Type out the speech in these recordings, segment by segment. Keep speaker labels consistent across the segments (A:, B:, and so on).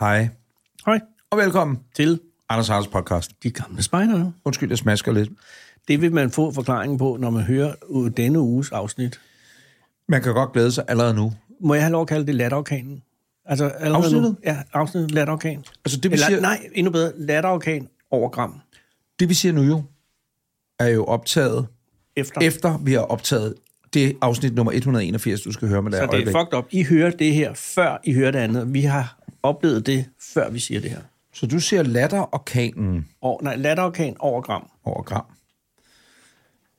A: Hej,
B: Hej
A: og velkommen
B: til
A: Anders Haralds podcast.
B: de gamle spejdere.
A: Undskyld, jeg smasker lidt.
B: Det vil man få forklaringen på, når man hører øh, denne uges afsnit.
A: Man kan godt glæde sig allerede nu.
B: Må jeg have lov at kalde det latterorkanen? Altså, allerede
A: Afsnittet?
B: Nu, ja, afsnittet latterorkan.
A: Altså det, vi
B: Eller,
A: siger,
B: nej, endnu bedre, latterorkan over gram.
A: det, vi siger nu jo, er jo optaget,
B: Efter.
A: efter vi har optaget det afsnit nummer 181, du skal høre med dig.
B: Så det er fucked up. I hører det her, før I hører det andet. Vi har oplevet det, før vi siger det her.
A: Så du ser latterorkanen
B: Og, nej, latterorkan over gram.
A: over gram.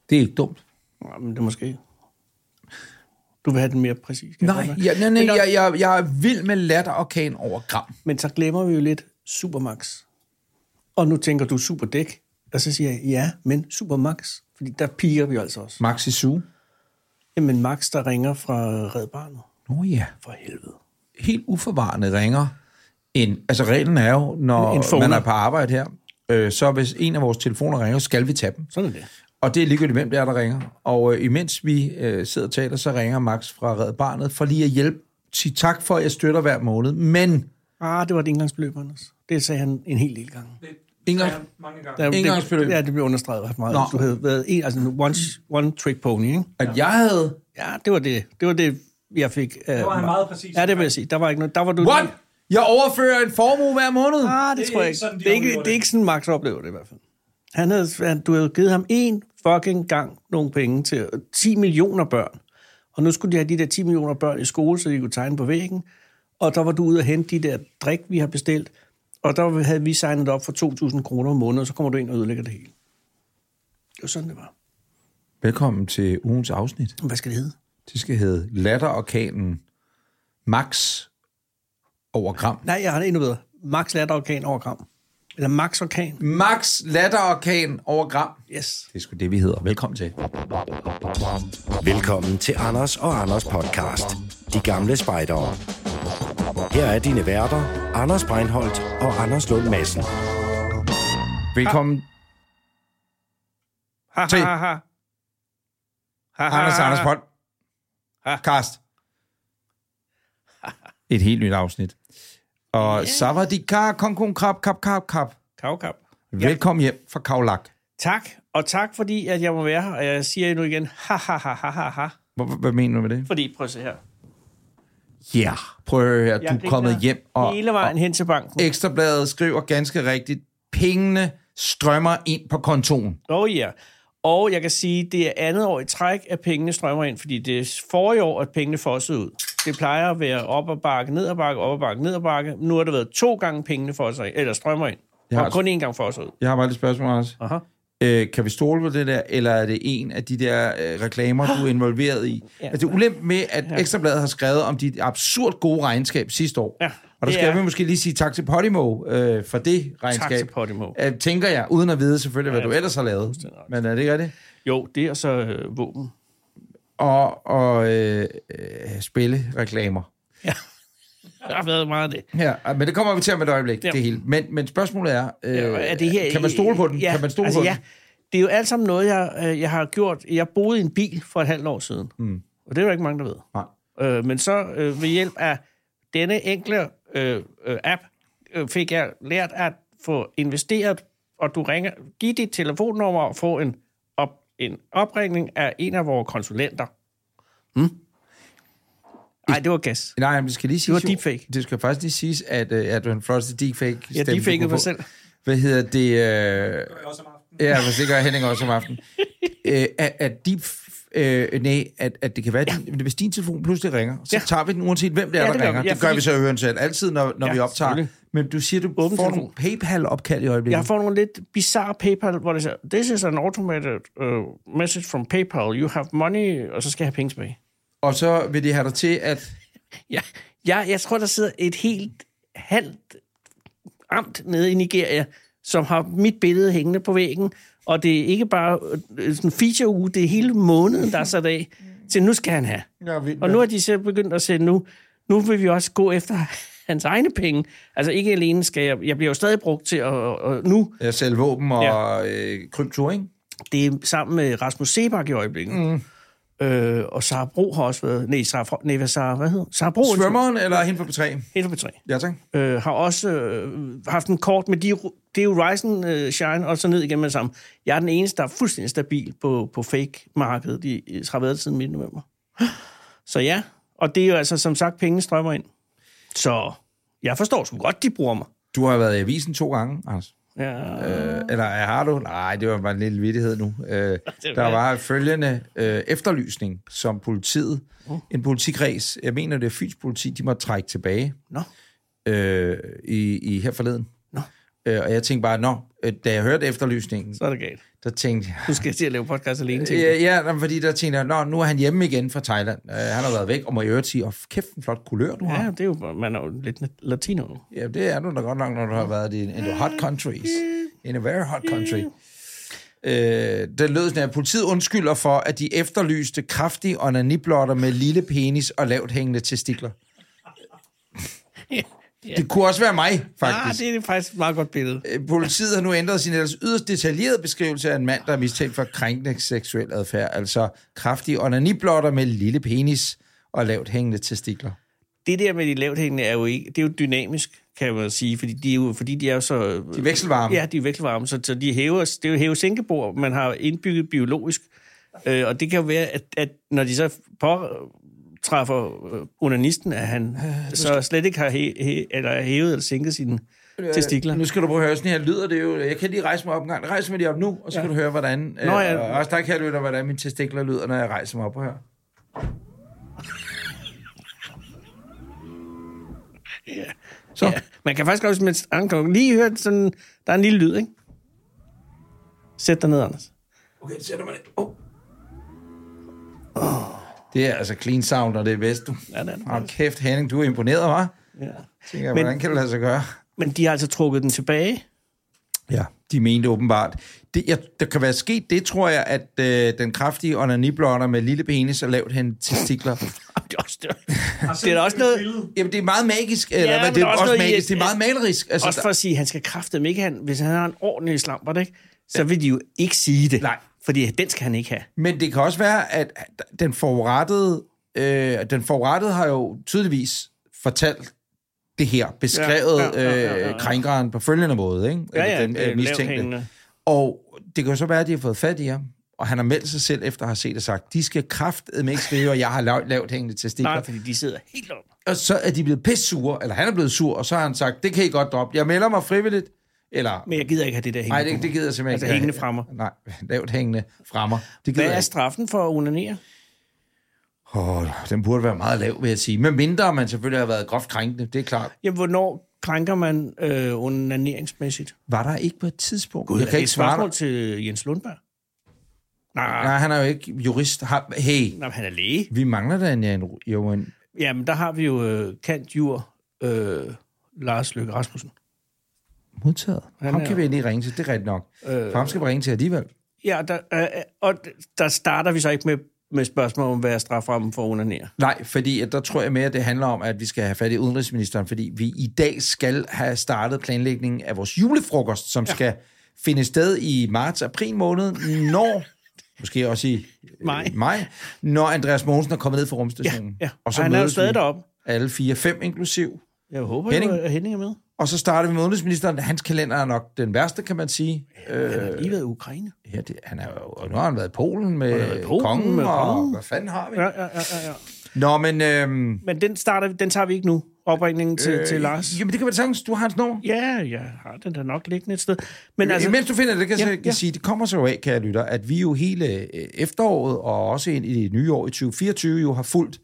A: Det er ikke dumt.
B: Nej, men det er måske... Du vil have den mere præcis. kan jeg
A: Nej,
B: godt mærke.
A: jeg, nej, nej
B: Men,
A: jeg, jeg, jeg er vild med latterorkan over gram.
B: Men så glemmer vi jo lidt Supermax. Og nu tænker du Superdæk. Og så siger jeg, ja, men Supermax. Fordi der piger vi altså også.
A: Maxi Su.
B: Jamen Max, der ringer fra Red Barnet.
A: Nå ja,
B: For helvede.
A: helt uforvarende ringer. En, altså reglen er jo, når
B: En phoner.
A: man er på arbejde her, øh, så hvis en af vores telefoner ringer, skal vi tage dem.
B: Sådan er det.
A: Og det er ligegyldigt, hvem det er, der ringer. Og øh, imens vi øh, sidder og taler, så ringer Max fra Red Barnet for lige at hjælpe. Sig tak for, at jeg støtter hver måned. Men
B: Ah, det var et engangsbeløb, Anders. Det sagde han en hel del gange.
A: Inger,
B: Der,
A: Engangsbeløb.
B: Det, ja, det blev understreget ret meget.
A: Nå.
B: Du havde været en, altså en one, one trick pony, ikke?
A: at jeg havde...
B: Ja, det var det. Det var det, jeg fik. Uh, det
C: var han meget præcis
B: Ja, det vil jeg sige. Der var ikke noget. Der var du...
A: What? Jeg overfører en formue hver måned?
B: Ah, det,
C: Det
B: det
C: er
B: tror jeg
C: ikke
B: ikke.
C: sådan, de
B: det, er ikke
C: oplever
B: det.
C: det.
B: er ikke sådan, Max oplever det i hvert fald. Han havde, han, du havde givet ham en fucking gang nogle penge til 10 millioner børn. Og nu skulle de have de der 10 millioner børn i skole, så de kunne tegne på væggen. Og der var du ude og hente de der drik, vi har bestilt. Og der havde vi signet op for 2.000 kroner om måneden, og så kommer du ind og ødelægger det hele. Det var sådan, det var.
A: Velkommen til ugens afsnit.
B: Hvad skal det hedde?
A: Det skal hedde Latterorkanen Max over gram.
B: Nej, jeg har det endnu bedre. Max latterorkan over gram. Eller Max orkan.
A: Max Latterorkan over gram.
B: Yes.
A: Det er sgu det, vi hedder. Velkommen til.
D: Velkommen til Anders og Anders podcast. De gamle spejdere. Her er dine værter, Anders Breinholt og Anders Lund Madsen.
A: Velkommen
B: Ha, ha,
A: Se.
B: ha, ha. Ha, ha,
A: Anders
B: ha,
A: Anders
B: ha.
A: podcast. Et helt nyt afsnit. Og yeah. Savadikar, Konkon Krab, Kap, Kap, Kap.
B: Kavkap.
A: Velkommen hjem fra Kavlak.
B: Tak, og tak fordi, at jeg må være her, og jeg siger nu igen, ha ha ha ha ha ha.
A: Hvad, hvad mener du med det?
B: Fordi, prøv at se her.
A: Ja, yeah. prøv at høre her. Du er
B: griner
A: kommet hjem, og
B: Hele vejen hen til banken.
A: Ekstrabladet skriver ganske rigtigt, pengene strømmer ind på kontoen.
B: Oh yeah. Og jeg kan sige, det er andet år i træk, at pengene strømmer ind, fordi det er forrige år, at pengene fossede ud. Det plejer at være op og bakke, ned og bakke, op og bakke, ned og bakke. Nu har det været to gange pengene fosser ind, eller strømmer ind.
A: Ja,
B: Ja, og
A: altså-
B: kun én gang fosser ud.
A: Jeg har bare et spørgsmål, Anders.
B: Aha.
A: Øh, kan vi stole på det der, eller er det en af de der øh, reklamer, du er involveret i? Ja.
B: Ja.
A: Altså, det er ulemt med, at Ekstrabladet har skrevet om dit absurd gode regnskab sidste år.
B: Ja,
A: og der
B: det
A: skal
B: er-
A: vi måske lige sige tak til Podimo øh, for det regnskab.
B: til Podimo.
A: Øh, tænker jeg, uden at vide selvfølgelig, hvad ja, du ellers har lavet. Men er det ikke rigtigt?
B: Jo, det er så øh, våben.
A: Og, og øh, øh, spille reklamer.
B: Ja. Der har været meget af det.
A: Ja, men det kommer vi til om et øjeblik,
B: Ja.
A: det hele. Men, men spørgsmålet er, øh,
B: Øh, er det her,
A: kan man stole på den?
B: Ja,
A: kan man stole
B: altså,
A: på
B: ja.
A: den?
B: Det er jo alt sammen noget, jeg, øh, jeg har gjort. Jeg boede i en bil for et halvt år siden, mm. og det er der ikke mange, der ved.
A: Nej.
B: Øh, men så øh, ved hjælp af denne enkle øh, øh, app øh, fik jeg lært at få investeret, og du ringer, giv dit telefonnummer og få en, op, en opringning af en af vores konsulenter. Mm. Ej, det var gas.
A: Nej, men det skal lige siges,
B: var
A: jo-
B: deepfake.
A: Det skal faktisk lige siges, at, øh, at du er den flotteste deepfake.
B: Jeg
A: stemme, du
B: deepfakede
A: kunne
B: mig
A: få.
B: selv.
A: Hvad hedder det? Øh,
C: også om aftenen.
A: ja, hvis det gør Henning også om aftenen. Øh, at, at deep... Øh, nej, at, at det kan være, at din, hvis din telefon pludselig ringer, så ja.
B: Ja.
A: tager vi den uanset, hvem det er,
B: Ja,
A: ja,
B: det
A: der
B: gør
A: ringer.
B: vi. Ja,
A: det gør
B: fordi-
A: vi så i øren selv, altid, når, når
B: Ja,
A: ja, vi optager.
B: selvfølgelig.
A: Men du siger, du
B: Åben
A: får
B: telefon.
A: nogle PayPal-opkald i øjeblikket.
B: Jeg får nogle lidt bizarre PayPal, hvor det siger, this is an automated uh, message from PayPal, you have money, og så skal jeg have penge tilbage.
A: Og så vil de have dig til, at...
B: Ja, jeg, jeg tror, der sidder et helt halvt amt nede i Nigeria, som har mit billede hængende på væggen, og det er ikke bare øh, sådan en feature-uge, det er hele måneden, der er sat af, til nu skal han have.
A: Ja, vildt,
B: Og nu har de selv begyndt at sætte nu, nu vil vi også gå efter hans egne penge. Altså ikke alene skal jeg, jeg bliver jo stadig brugt til at, at nu
A: Ja, sælge våben og
B: Ja.
A: øh, krypto, ikke?
B: det er sammen med Rasmus Sebak i øjeblikket. Mm. Øh, og Sara Bro har også været... Nej, Sara, Fro- nej hvad, Sara, hvad hedder hun? Sara Bro, undskyld.
A: Svømmeren eller hende på P3?
B: Hende på tre.
A: Ja, tak.
B: Øh, har også øh, haft en kort med de, det er jo Ryzen, øh, Shine, og så ned igen med det samme. Jeg er den eneste, der er fuldstændig stabil på, på fake-markedet. De har været det siden midt november. Så ja, og det er jo altså som sagt, penge strømmer ind. Så jeg forstår sgu godt, de bruger mig.
A: Du har været i avisen to gange, Anders.
B: Ja.
A: Øh, eller har du? Nej, det var bare en lille vittighed nu. Øh, der
B: var-
A: var følgende øh, efterlysning, som politiet,
B: Uh.
A: en politikreds, jeg mener det er Fyns politi, de måtte trække tilbage
B: Nå.
A: øh, i, i her forleden.
B: Nå.
A: Øh, og jeg tænkte bare, nå, øh, da jeg hørte efterlysningen,
B: Så er det galt.
A: der tænkte jeg,
B: Nu skal jeg til at lave podcast alene, tænker jeg.
A: Ja, ja nej, fordi der tænkte jeg, nå, nu er han hjemme igen fra Thailand. Øh, han har været væk, og må i øvrigt sige, åh, kæft, en flot kulør, du har.
B: Ja, det er jo, man er jo lidt latino nu.
A: Ja, det er du da godt nok, når du har været i en, in the hot countries. In a very hot country. Øh, det lød sådan, at politiet undskylder for, at de efterlyste kraftige onaniblotter med lille penis og lavt hængende testikler. Det kunne også være mig,
B: Ah,
A: faktisk.
B: det er faktisk et meget godt billede.
A: Øh, Politiet har nu ændret sin ellers yderst detaljerede beskrivelse af en mand, der er mistænkt for krænkende seksuel adfærd, altså kraftige onaniblotter med lille penis og lavt hængende testikler.
B: Det der med de lavt hængende er jo ikke, det er jo dynamisk, kan man sige, fordi de er jo, fordi de er jo så...
A: De er vekselvarme.
B: Ja, de er vekselvarme, så, så de hæver, det er jo hæve sænkebord, man har indbygget biologisk. Øh, og det kan jo være, at, at når de så påtræffer øh, onanisten, at han så slet ikke har hæ, hæ, eller hævet eller sænket sine testikler.
A: Øh, Nu skal du prøve at høre, sådan her lyder det jo. Jeg kan lige rejse mig op en gang. Rejs mig lige op nu, og så ja. kan du høre, hvordan... Nå,
B: ja.
A: ja. Og også der kan jeg lytte, hvordan mine testikler lyder, når jeg rejser mig op og hører. Så.
B: Ja, man kan faktisk også, mens ankommer, lige høre sådan, der er en lille lyd, ikke? Sæt dig ned, Anders.
A: Okay, så sætter man det. Oh. Det er altså clean sound, og det er vest, du.
B: Ja, det er det.
A: Hold kæft, Henning, du er imponeret, hva'?
B: Ja.
A: Tænker, jeg,
B: Men-
A: hvordan kan det lade sig gøre?
B: Men de har altså trukket den tilbage.
A: Ja, de mente åbenbart. Det, jeg, der kan være sket det, tror jeg, at øh, den kraftige onaniblotter med lille penis og lavt hen testikler.
B: Det er også, det er, det er da også noget,
A: Jamen, det er meget magisk. Eller, ja,
B: men
A: men det er
B: der er også
A: også,
B: noget i,
A: magisk.
B: at-
A: Det er meget malerisk. Altså,
B: også for at sige, at han skal kraftedeme ikke have den. Hvis han har en ordentlig slamper, ikke? så vil de jo ikke sige det.
A: Nej.
B: Fordi den skal han ikke have.
A: Men det kan også være, at den forurettede, øh, den forurettede har jo tydeligvis fortalt det her, beskrevet ja, ja, ja, ja, ja. Øh, krænkeren på følgende måde, ikke?
B: Ja, ja,
A: den
B: øh,
A: øh, mistænkte.
B: lavthængende.
A: Og det kan jo så være, at de har fået fat i ham, og han har meldt sig selv efter at have set det sagt, de skal kraftedeme ikke skrive, at jeg har lav, lavt hængende testikler.
B: Nej, fordi de sidder helt op.
A: Og så er de blevet pissure, eller han er blevet sur, og så har han sagt, det kan I godt droppe, jeg melder mig frivilligt, eller...
B: Men jeg gider ikke have det der hængende.
A: Nej, det, det gider jeg simpelthen
B: Altså
A: ikke.
B: hængende fremmer.
A: Nej, lavt hængende fremmer. Det gider
B: Hvad
A: jeg
B: er
A: ikke.
B: straffen for at onanere?
A: Åh, den burde være meget lav, vil jeg sige. Men mindre man selvfølgelig har været groft krænkende, det er klart.
B: Jamen, hvornår krænker man øh, onaneringsmæssigt?
A: Var der ikke på et tidspunkt? Gud,
B: Er
A: jeg
B: det
A: kan
B: et
A: ikke svare
B: spørgsmål
A: dig.
B: til Jens Lundberg. Nej,
A: Nej, han er jo ikke jurist. Har- Hey,
B: nej, han er læge.
A: vi mangler da en, en, jo en...
B: Jamen, der har vi jo øh, kant jur øh, Lars Løkke Rasmussen.
A: Modtaget.
B: Han
A: Ham
B: er-
A: kan vi lige ringe til, det er rigtigt nok. Øh... For ham skal vi ringe til alligevel.
B: Ja, der, øh, og der starter vi så ikke med, med spørgsmål om, hvad er straframmen for at onanere.
A: Nej, fordi at der tror jeg mere, at det handler om, at vi skal have fat i udenrigsministeren, fordi vi i dag skal have startet planlægningen af vores julefrokost, som ja. skal finde sted i marts-april måned, når, måske også i øh,
B: Maj.
A: maj når Andreas Mogensen er kommet ned fra rumstationen.
B: Ja, Mm. og så han er jo
A: mødes vi
B: stadig deroppe.
A: Alle fire, fem inklusiv.
B: Jeg håber
A: Henning?
B: jo, at Henning er med.
A: Og så starter vi med udenrigsministeren. Hans kalender er nok den værste, kan man sige. Øh,
B: Han har lige været i Ukraine.
A: ja, det, han er, jo- og nu har han været i Polen
B: været
A: med
B: i Polen
A: kongen,
B: med
A: og
B: kongen.
A: hvad fanden har vi?
B: Ja, ja, ja, ja, ja.
A: Nå, men... Øhm,
B: Men den, starter, vi- den tager vi ikke nu, opringningen til, øh, til
A: øh,
B: Lars.
A: Jamen, det kan være sagtens. Du har hans nummer.
B: Ja, jeg har den da nok liggende et sted. Men
A: Altså,
B: altså,
A: Mens du finder det, kan jeg
B: Ja,
A: ja, ja.
B: ja.
A: sige, det kommer så jo af, kære lytter, at vi jo hele øh, efteråret og også ind i det nye år i 2024 jo har fulgt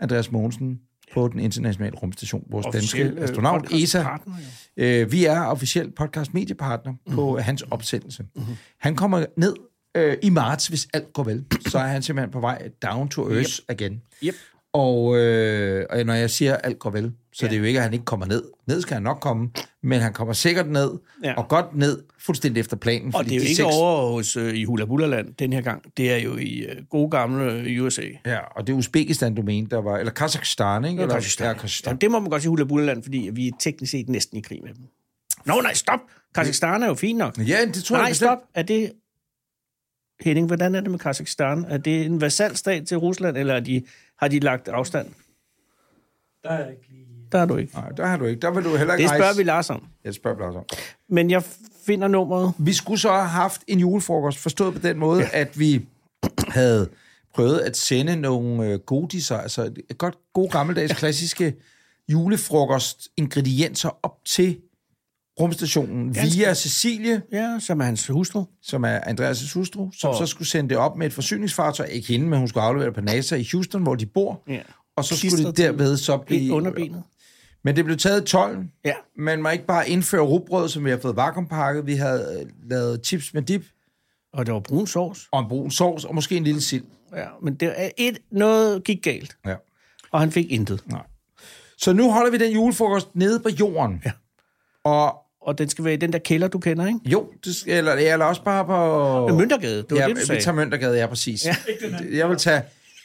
A: Andreas Mogensen på den internationale rumstation, vores
B: Officiel,
A: danske
B: øh,
A: astronaut
B: podcast-
A: ESA.
B: partner,
A: Øh, vi er officielt podcast mediepartner på
B: Mhm.
A: hans opsendelse. Han kommer ned øh, i marts, hvis alt går vel. Så er han simpelthen på vej down to earth igen.
B: Yep.
A: Og, øh, og når jeg siger, alt går vel, så ja. det er jo ikke, at han ikke kommer ned. Ned skal han nok komme, men han kommer sikkert ned, ja.
B: Ja.
A: og godt ned, fuldstændig efter planen.
B: og
A: fordi
B: det er jo
A: de
B: ikke
A: seks-
B: over hos, øh, i Hula Bula Land den her gang. Det er jo i øh, gode gamle øh, USA.
A: Ja, og det er Uzbekistan, du mente, der var... Eller Kazakhstan, ikke? Eller,
B: Kazakhstan.
A: Ja, Kazakhstan.
B: Ja, det må man godt sige Hula Bula Land, fordi vi er teknisk set næsten i krig med dem. Nå nej, stop! Kazakhstan er jo fint nok.
A: Ja, det tror jeg
B: Nej,
A: bestemt.
B: stop. Er det... Henning, hvordan er det med Kazakhstan? Er det en vasalstat til Rusland, eller er de, har de lagt afstand?
C: Der er jeg ikke lige...
B: Der er du ikke.
A: Nej, der har du ikke. Der vil du heller ikke
B: Det spørger
A: rejse.
B: vi Lars om.
A: Jeg spørger vi Lars om.
B: Men jeg finder nummeret.
A: Vi skulle så have haft en julefrokost, forstået på den måde, ja. at vi havde prøvet at sende nogle øh, godiser, altså et godt, gode gammeldags klassiske julefrokost-ingredienser op til rumstationen via Cecilie,
B: Ja, som er hans hustru.
A: som er Andreas' hustru, som
B: Og-
A: så skulle sende det op med et forsyningsfartøj, ikke hende, men hun skulle aflevere det på NASA i Houston, hvor de bor,
B: Ja.
A: og så skulle
B: Klistret
A: det derved så
B: Ind
A: blive...
B: under benet.
A: Men det blev taget i tolden,
B: Ja.
A: man må ikke bare indføre rugbrød, som vi har fået vakuumpakket. Vi havde øh, lavet chips med dip,
B: Og der var brun sovs.
A: og en brun sovs, og måske en lille sild.
B: Ja, men det er et, noget gik galt,
A: Ja.
B: og han fik intet.
A: Så nu holder vi den julefrokost nede på jorden.
B: Ja.
A: Og
B: Og den skal være i den der kælder, du kender, ikke?
A: jo, det, skal- eller, eller også bare på...
B: Oh. Møntergade, det var
A: ja,
B: det, du sagde.
A: vi tager Møntergade, ja, præcis. Ja.
C: Ikke den her.
A: Jeg vil tage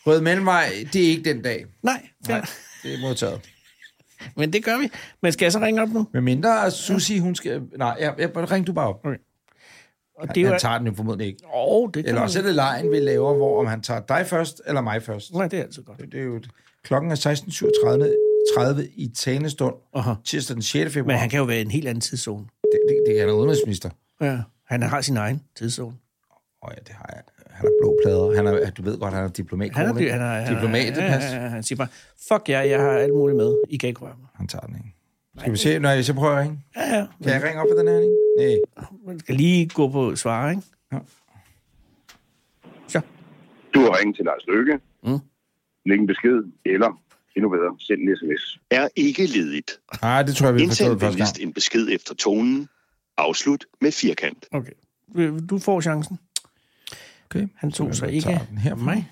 A: Rød Mellemvej, det er ikke den dag.
B: Nej, fair.
A: Nej, det er modtaget.
B: men det gør vi. Men skal jeg så ringe op nu?
A: Med mindre Susi, hun skal... Nej, jeg, jeg, ring du bare op.
B: Og det
A: Det
B: er jo...
A: han tager den jo formodentlig ikke.
B: Åh, det kan
A: Eller
B: man-
A: også er det lejen, vi laver, hvor om han tager dig først, eller mig først.
B: Nej, det er altid godt.
A: Det er jo et, klokken er 16.37 30 i talende stund,
B: Aha.
A: tirsdag den 6. februar.
B: Men han kan jo være i en helt anden tidszone.
A: det, det, det er han er udenrigsminister.
B: Ja. Han har sin egen tidszone.
A: Åh ja, det har jeg. Han har blå plader. Han er, du ved godt, han er diplomat.
B: Han er,
A: ikke?
B: han er,
A: diplomat, det
B: han,
A: pas.
B: han, han, han siger bare, fuck jer, jeg har alt muligt med. I kan ikke røre mig.
A: Han tager den, ikke? Skal vi se? Nej, så prøver jeg, ikke?
B: Ja, ja.
A: Kan jeg ringe op på den her, ikke? Nej.
B: Man skal lige gå på svare, ikke?
A: Ja.
B: Så.
E: Du har ringet til Lars Løkke.
B: Mm.
E: Mm. Læg en besked, eller endnu bedre, send en sms.
F: er ikke ledigt.
A: Nej, det tror jeg, vi har forstået
F: Indsend
A: første gang.
F: venligst en besked efter tonen. Afslut med firkant.
B: Okay. Du får chancen.
A: Okay.
B: Han tog sig
A: Jeg
B: ikke
A: tager den her
B: af
A: for mig.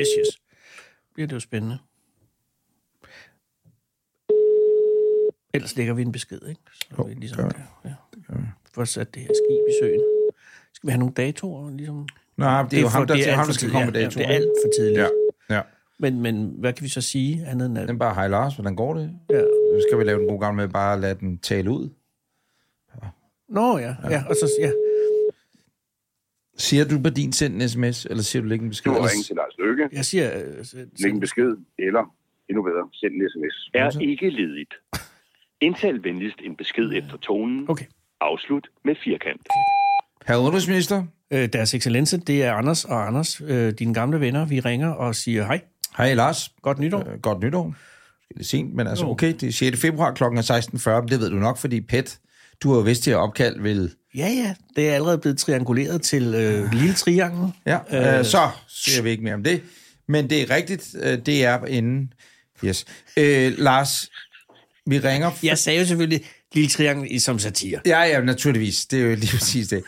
B: Yes, yes. Bliver det jo spændende. Ellers lægger vi en besked, ikke? Så
A: Jo,
B: vi ligesom
A: gør vi.
B: kan, ja. Får sat det her skib i søen. Skal vi have nogle datoer? Ligesom?
A: Nej, det er jo ham, der, det er
B: alt
A: ham,
B: for
A: der skal
B: tidligt.
A: komme med
B: Ja,
A: dato.
B: Ja, det er alt for tidligt.
A: Ja,
B: Ja.
A: ja.
B: Men, men hvad kan vi så sige andet end at...
A: Den bare, hej Lars, hvordan går det?
B: Ja.
A: Nu skal vi lave den gode gang med bare at lade den tale ud.
B: Nå ja, ja. og så, ja.
A: Siger du på din sendt en sms, eller siger du ikke en besked?
E: Du har
A: Ellers-
E: ringet til Lars Løkke.
B: jeg siger... øh, så-
E: Læg en besked, eller endnu bedre, send en sms.
F: Er ikke ledigt. Indsend venligst en besked efter tonen.
B: Okay.
F: Afslut med firkant.
A: Herre udenrigsminister,
B: Øh, deres excellence, det er Anders og Anders, øh, dine gamle venner. Vi ringer og siger hej,
A: hej Lars.
B: godt nytår.
A: Øh, godt nytår. Måske lidt sent, men altså okay, det er 6. februar kl. 16.40, men det ved du nok, fordi PET, du har jo vidst, at jeg opkald vil...
B: Ja, ja, det er allerede blevet trianguleret til øh, lille triangel.
A: Ja, øh, så siger vi ikke mere om det. Men det er rigtigt, øh, det er inden... Yes. Øh, Lars, vi ringer... For...
B: Jeg sagde jo selvfølgelig lille triangel i- som satire.
A: Ja, ja, naturligvis. Det er jo lige præcis det.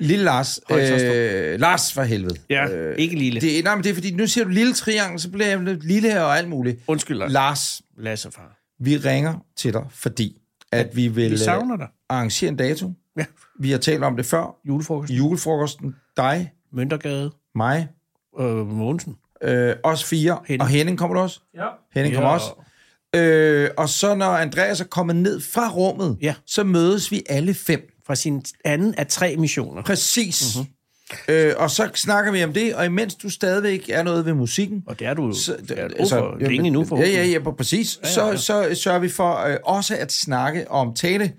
A: Lille Lars. Øh, Lars, for helvede.
B: Ja, øh, ikke lille. Det...
A: Det, nej, men det er fordi, nu siger du lille triangel, så bliver jeg lidt lille her og alt muligt.
B: Undskyld, Lars.
A: Lars,
B: Lasse, far.
A: vi ringer til dig, fordi at vi vil
B: Vi
A: øh,
B: savner dig.
A: arrangere en dato.
B: Ja.
A: Vi har talt om det før.
B: Julefrokost.
A: Julefrokosten, dig,
B: Møntergade.
A: mig,
B: Øh, Mogensen.
A: øh, os fire,
B: Henning.
A: Henning. og Henning kommer du også?
C: Ja.
A: Henning kommer
B: Ja.
A: også. Øh, og så når Andreas er kommet ned fra rummet,
B: Ja.
A: så mødes vi alle fem.
B: Fra sin anden af tre missioner.
A: Præcis.
B: Mhm.
A: Mm-hmm. Øh, og så snakker vi om det, og imens du stadigvæk er noget ved musikken,
B: Og det er du så, det,
A: d-
B: er du
A: altså,
B: for,
A: jo,
B: længe endnu for.
A: Ja, ja, ja, på- præcis. Ja, ja, ja. Så, så sørger vi for øh, også at snakke om tale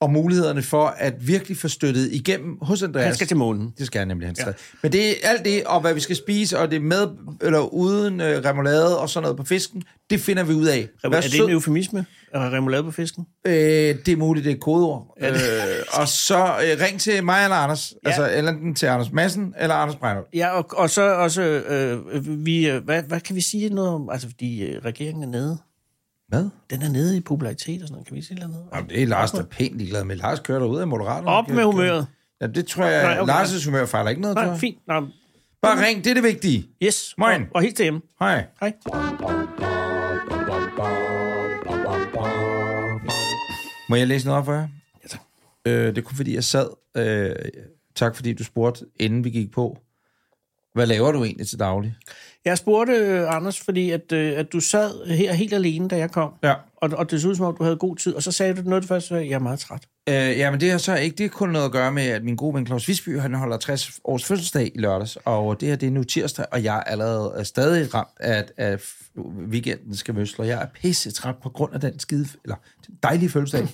A: og mulighederne for at virkelig få støttet igennem hos Andreas.
B: Han skal til månen.
A: Det skal jeg nemlig hans ja. Men det er alt det, og hvad vi skal spise, og det er med eller uden øh, remoulade og sådan noget på fisken, det finder vi ud af.
B: Er
A: Vær
B: det
A: sød.
B: en eufemisme? Er der remoulade på fisken?
A: Øh, det er muligt, det er et kodeord. Øh, og så øh, ring til mig eller Anders. Ja. Altså enten til Anders Madsen eller Anders Breinholt.
B: Ja, og, og så også, øh, vi, øh, hvad, hvad kan vi sige noget om, altså fordi øh, regeringen er nede,
A: Hvad?
B: den er nede i popularitet og sådan noget, kan vi sige noget? om?
A: Jamen, det er Lars, der er pænt ligeglad med. Lars kører derud af Moderaterne.
B: Op med humøret.
A: Ja, det tror jeg,
B: Nej,
A: Nej,
B: okay.
A: okay. Lars' humør fejler ikke noget, tror
B: Nej,
A: jeg.
B: fint. Nej,
A: Bare ring, det er det vigtige.
B: yes.
A: Moin.
B: Og, og helt til hjemme.
A: Hej.
B: Hej.
A: Må jeg læse noget op for jer?
B: Ja, tak.
A: Øh, det er kun fordi, jeg sad... Øh, tak fordi du spurgte, inden vi gik på, Hvad laver du egentlig til daglig?
B: Jeg spurgte, øh, Anders, fordi at, øh, at du sad her helt alene, da jeg kom.
A: Ja.
B: Og, og det så ud som om, du havde god tid. Og så sagde du noget af det første, jeg er meget træt.
A: Øh, jamen, det har så ikke det er kun noget at gøre med, at min gode ven Claus Visby, han holder 60 års fødselsdag i lørdags, og det her, det er nu tirsdag, og jeg er allerede er stadig ramt af, at- at weekenden skal møsle, og jeg er pisse træt på grund af den skide, eller den dejlige fødselsdag.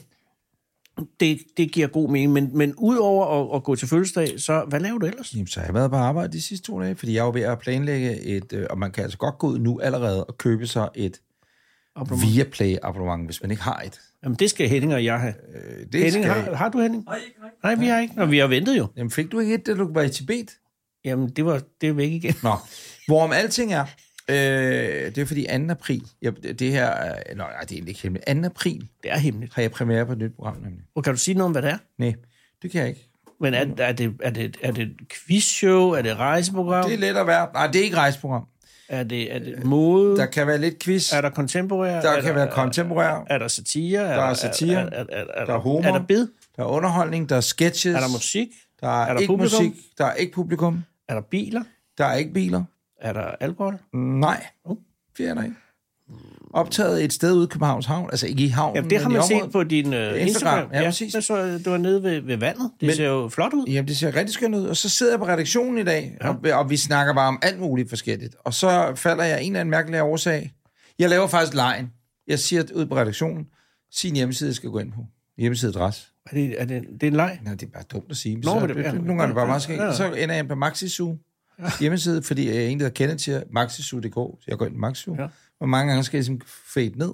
B: Det, det giver god mening. Men, men udover at, at gå til fødselsdag, så hvad laver du ellers?
A: Jamen, så har jeg været på arbejde de sidste to dage, fordi jeg er jo ved at planlægge et, øh, og man kan altså godt gå ud nu allerede og købe sig et Viaplay-abonnement, hvis man ikke har et.
B: Jamen, det skal Henning og jeg have.
A: Øh, Det
B: Henning,
A: skal-
B: har, har du Henning?
C: Nej, ikke rigtigt.
B: Nej, vi har ikke. Nå, vi har ventet jo.
A: Jamen, fik du ikke et, da du var i Tibet?
B: Jamen, det var det er væk igen.
A: Nå, hvorom alting er, øh, det er fordi 2. april, jeg, det her, er- nej, nej, det er egentlig ikke hemmeligt, 2. april
B: Det er hemmeligt.
A: har jeg premiere på et nyt program, nemlig.
B: Og kan du sige noget om, hvad det er?
A: Nej, det kan jeg ikke.
B: Men er, er, det, er, det, er det et quizshow? Er det et rejseprogram?
A: Det er let at være, nej, det er ikke rejseprogram.
B: Er det, er det mode?
A: Der kan være lidt quiz,
B: er der kontemporær?
A: der
B: er
A: kan være kontemporær,
B: Er der satire? Der
A: er satire.
B: Er, er, er, er, er,
A: Der er humor.
B: Er der bid?
A: der er underholdning, der er sketches,
B: Er der musik?
A: der er,
B: er der
A: ikke
B: publikum?
A: musik, der er ikke publikum,
B: Er der biler?
A: der er ikke biler.
B: Er der alkohol?
A: Nej, Oh, det er der ikke. Optaget et sted ude i Københavns Havn, altså ikke i havnen,
B: Jamen, det har
A: men i
B: man
A: området.
B: set på din uh, Instagram.
A: Ja, præcis.
B: Jeg så, øh, du var nede ved, ved vandet. Det
A: Men-
B: Men, ser jo flot ud.
A: Jamen, det ser rigtig skønt ud. Og så sidder jeg på redaktionen i dag, ja. og, og vi snakker bare om alt muligt forskelligt. Og så falder jeg af en eller anden mærkelig årsag. Jeg laver faktisk lejen. Jeg siger ud på redaktionen, sin hjemmeside jeg skal gå ind på. Hjemmesideadress.
B: Er det, er det, det er en leg?
A: Nej, det er bare dumt at sige. men
B: Nå,
A: så,
B: men
A: det,
B: det-
A: det,
B: ja,
A: nogle gange er det bare
B: ja,
A: meget skægt.
B: ja, ja.
A: Så ender jeg på Maxisu hjemmeside, fordi jeg egentlig havde kendt til maxisu.dk, så jeg går ind på Maxisu. Ja.
B: Ja.
A: Og mange gange skal jeg ligesom fade ned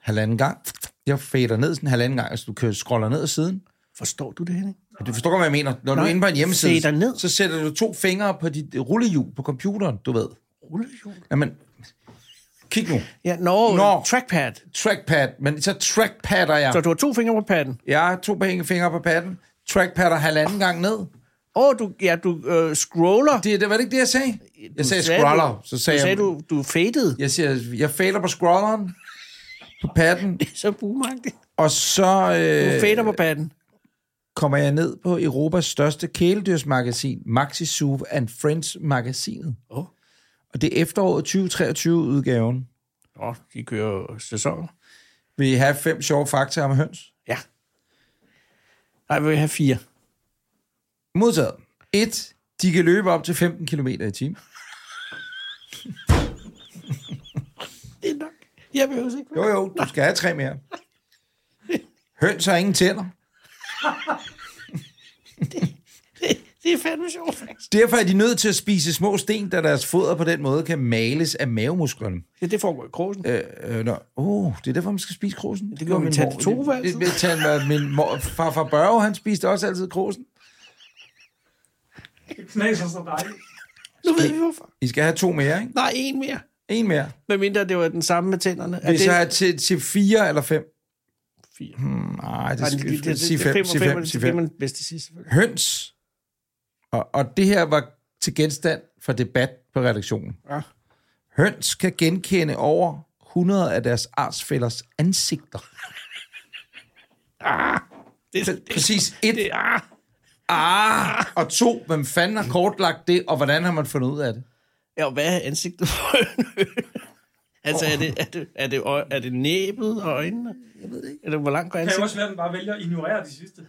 A: halvanden gang. Jeg fader ned sådan halvanden gang, altså du kan scroller ned ad siden.
B: Forstår du det, Henning?
A: Men Du forstår, godt, hvad jeg mener. Når Nej, du
B: Nej,
A: er inde på en hjemmeside,
B: sætter ned.
A: så sætter du to fingre på dit rullehjul på computeren, du ved.
B: Rullehjul?
A: Jamen, kig nu.
B: Ja, nå,
A: Nå.
B: nå, trackpad.
A: Trackpad, men så trackpadder jeg.
B: Så du har to fingre på padden.
A: Jeg har to begge fingre på padden. Trackpadder halvanden gang ned.
B: Åh, oh, du, ja, du øh, scroller.
A: Det, det var det ikke det, jeg sagde. Jeg sagde
B: sagde,
A: scroller.
B: du-
A: så sagde,
B: du sagde,
A: jeg,
B: du, du er faded.
A: jeg, siger, jeg fader på scrolleren på padden,
B: Så boomeragtigt.
A: og så
B: Du
A: øh,
B: fader på padden.
A: kommer jeg ned på Europas største kæledyrsmagasin, Maxi Zoo and Friends magasinet.
B: Åh.
A: Og det er efteråret 2023-udgaven.
B: Nå, de kører jo sæsoner.
A: Vil I have fem sjove fakta om høns?
B: Ja. Nej, vi vil have fire.
A: Modtaget. 1. De kan løbe op til 15 km i timen.
B: Det er nok. Jeg behøver ikke.
A: Jo, jo, du skal have tre mere. Høns har ingen tænder.
B: Det er fandme sjovt, faktisk.
A: Derfor er de nødt til at spise små sten, da deres foder på den måde kan males af mavemusklerne.
B: Ja, det foregår i krogen.
A: Øh, øh, nå. Uh, det er derfor, man skal spise krosen.
B: Det gjorde min tante Tove
A: altid.
B: altid.
A: Det, det, tante- min mor, far fra Børge, han spiste også altid krosen.
C: Det knaser så dejligt.
B: Nu ved vi hvorfor.
A: I skal have to mere, ikke?
B: Der er en mere.
A: En mere.
B: Hvad mindre det var den samme med tænderne. Er
A: Vil I
B: det
A: så have til, til fire eller fem?
B: fire?
A: Nej, det
B: Nej, det,
A: skal
B: det, det,
A: sige
B: det, det,
A: fem.
B: fem og
A: Sige
B: fem,
A: fem,
B: og
A: sige
B: det
A: fem.
B: er man bedst til sidst. selvfølgelig.
A: høns, og, og det her var til genstand for debat på redaktionen.
B: Ja.
A: Høns kan genkende over 100 af deres artsfællers ansigter.
B: Det,
A: Så
B: det, det,
A: Præcis et
B: det, ah,
A: ah, og to, hvem fanden har kortlagt det, og hvordan har man fundet ud af det?
B: ja, og hvad er ansigtet for en høne? Altså, er det, er, det, er, det, øj- er det næbet og øjnene? Jeg ved ikke. Er det, hvor langt går
C: Det kan jo
B: ansigtet?
C: også være, at den bare vælger at ignorere de sidste.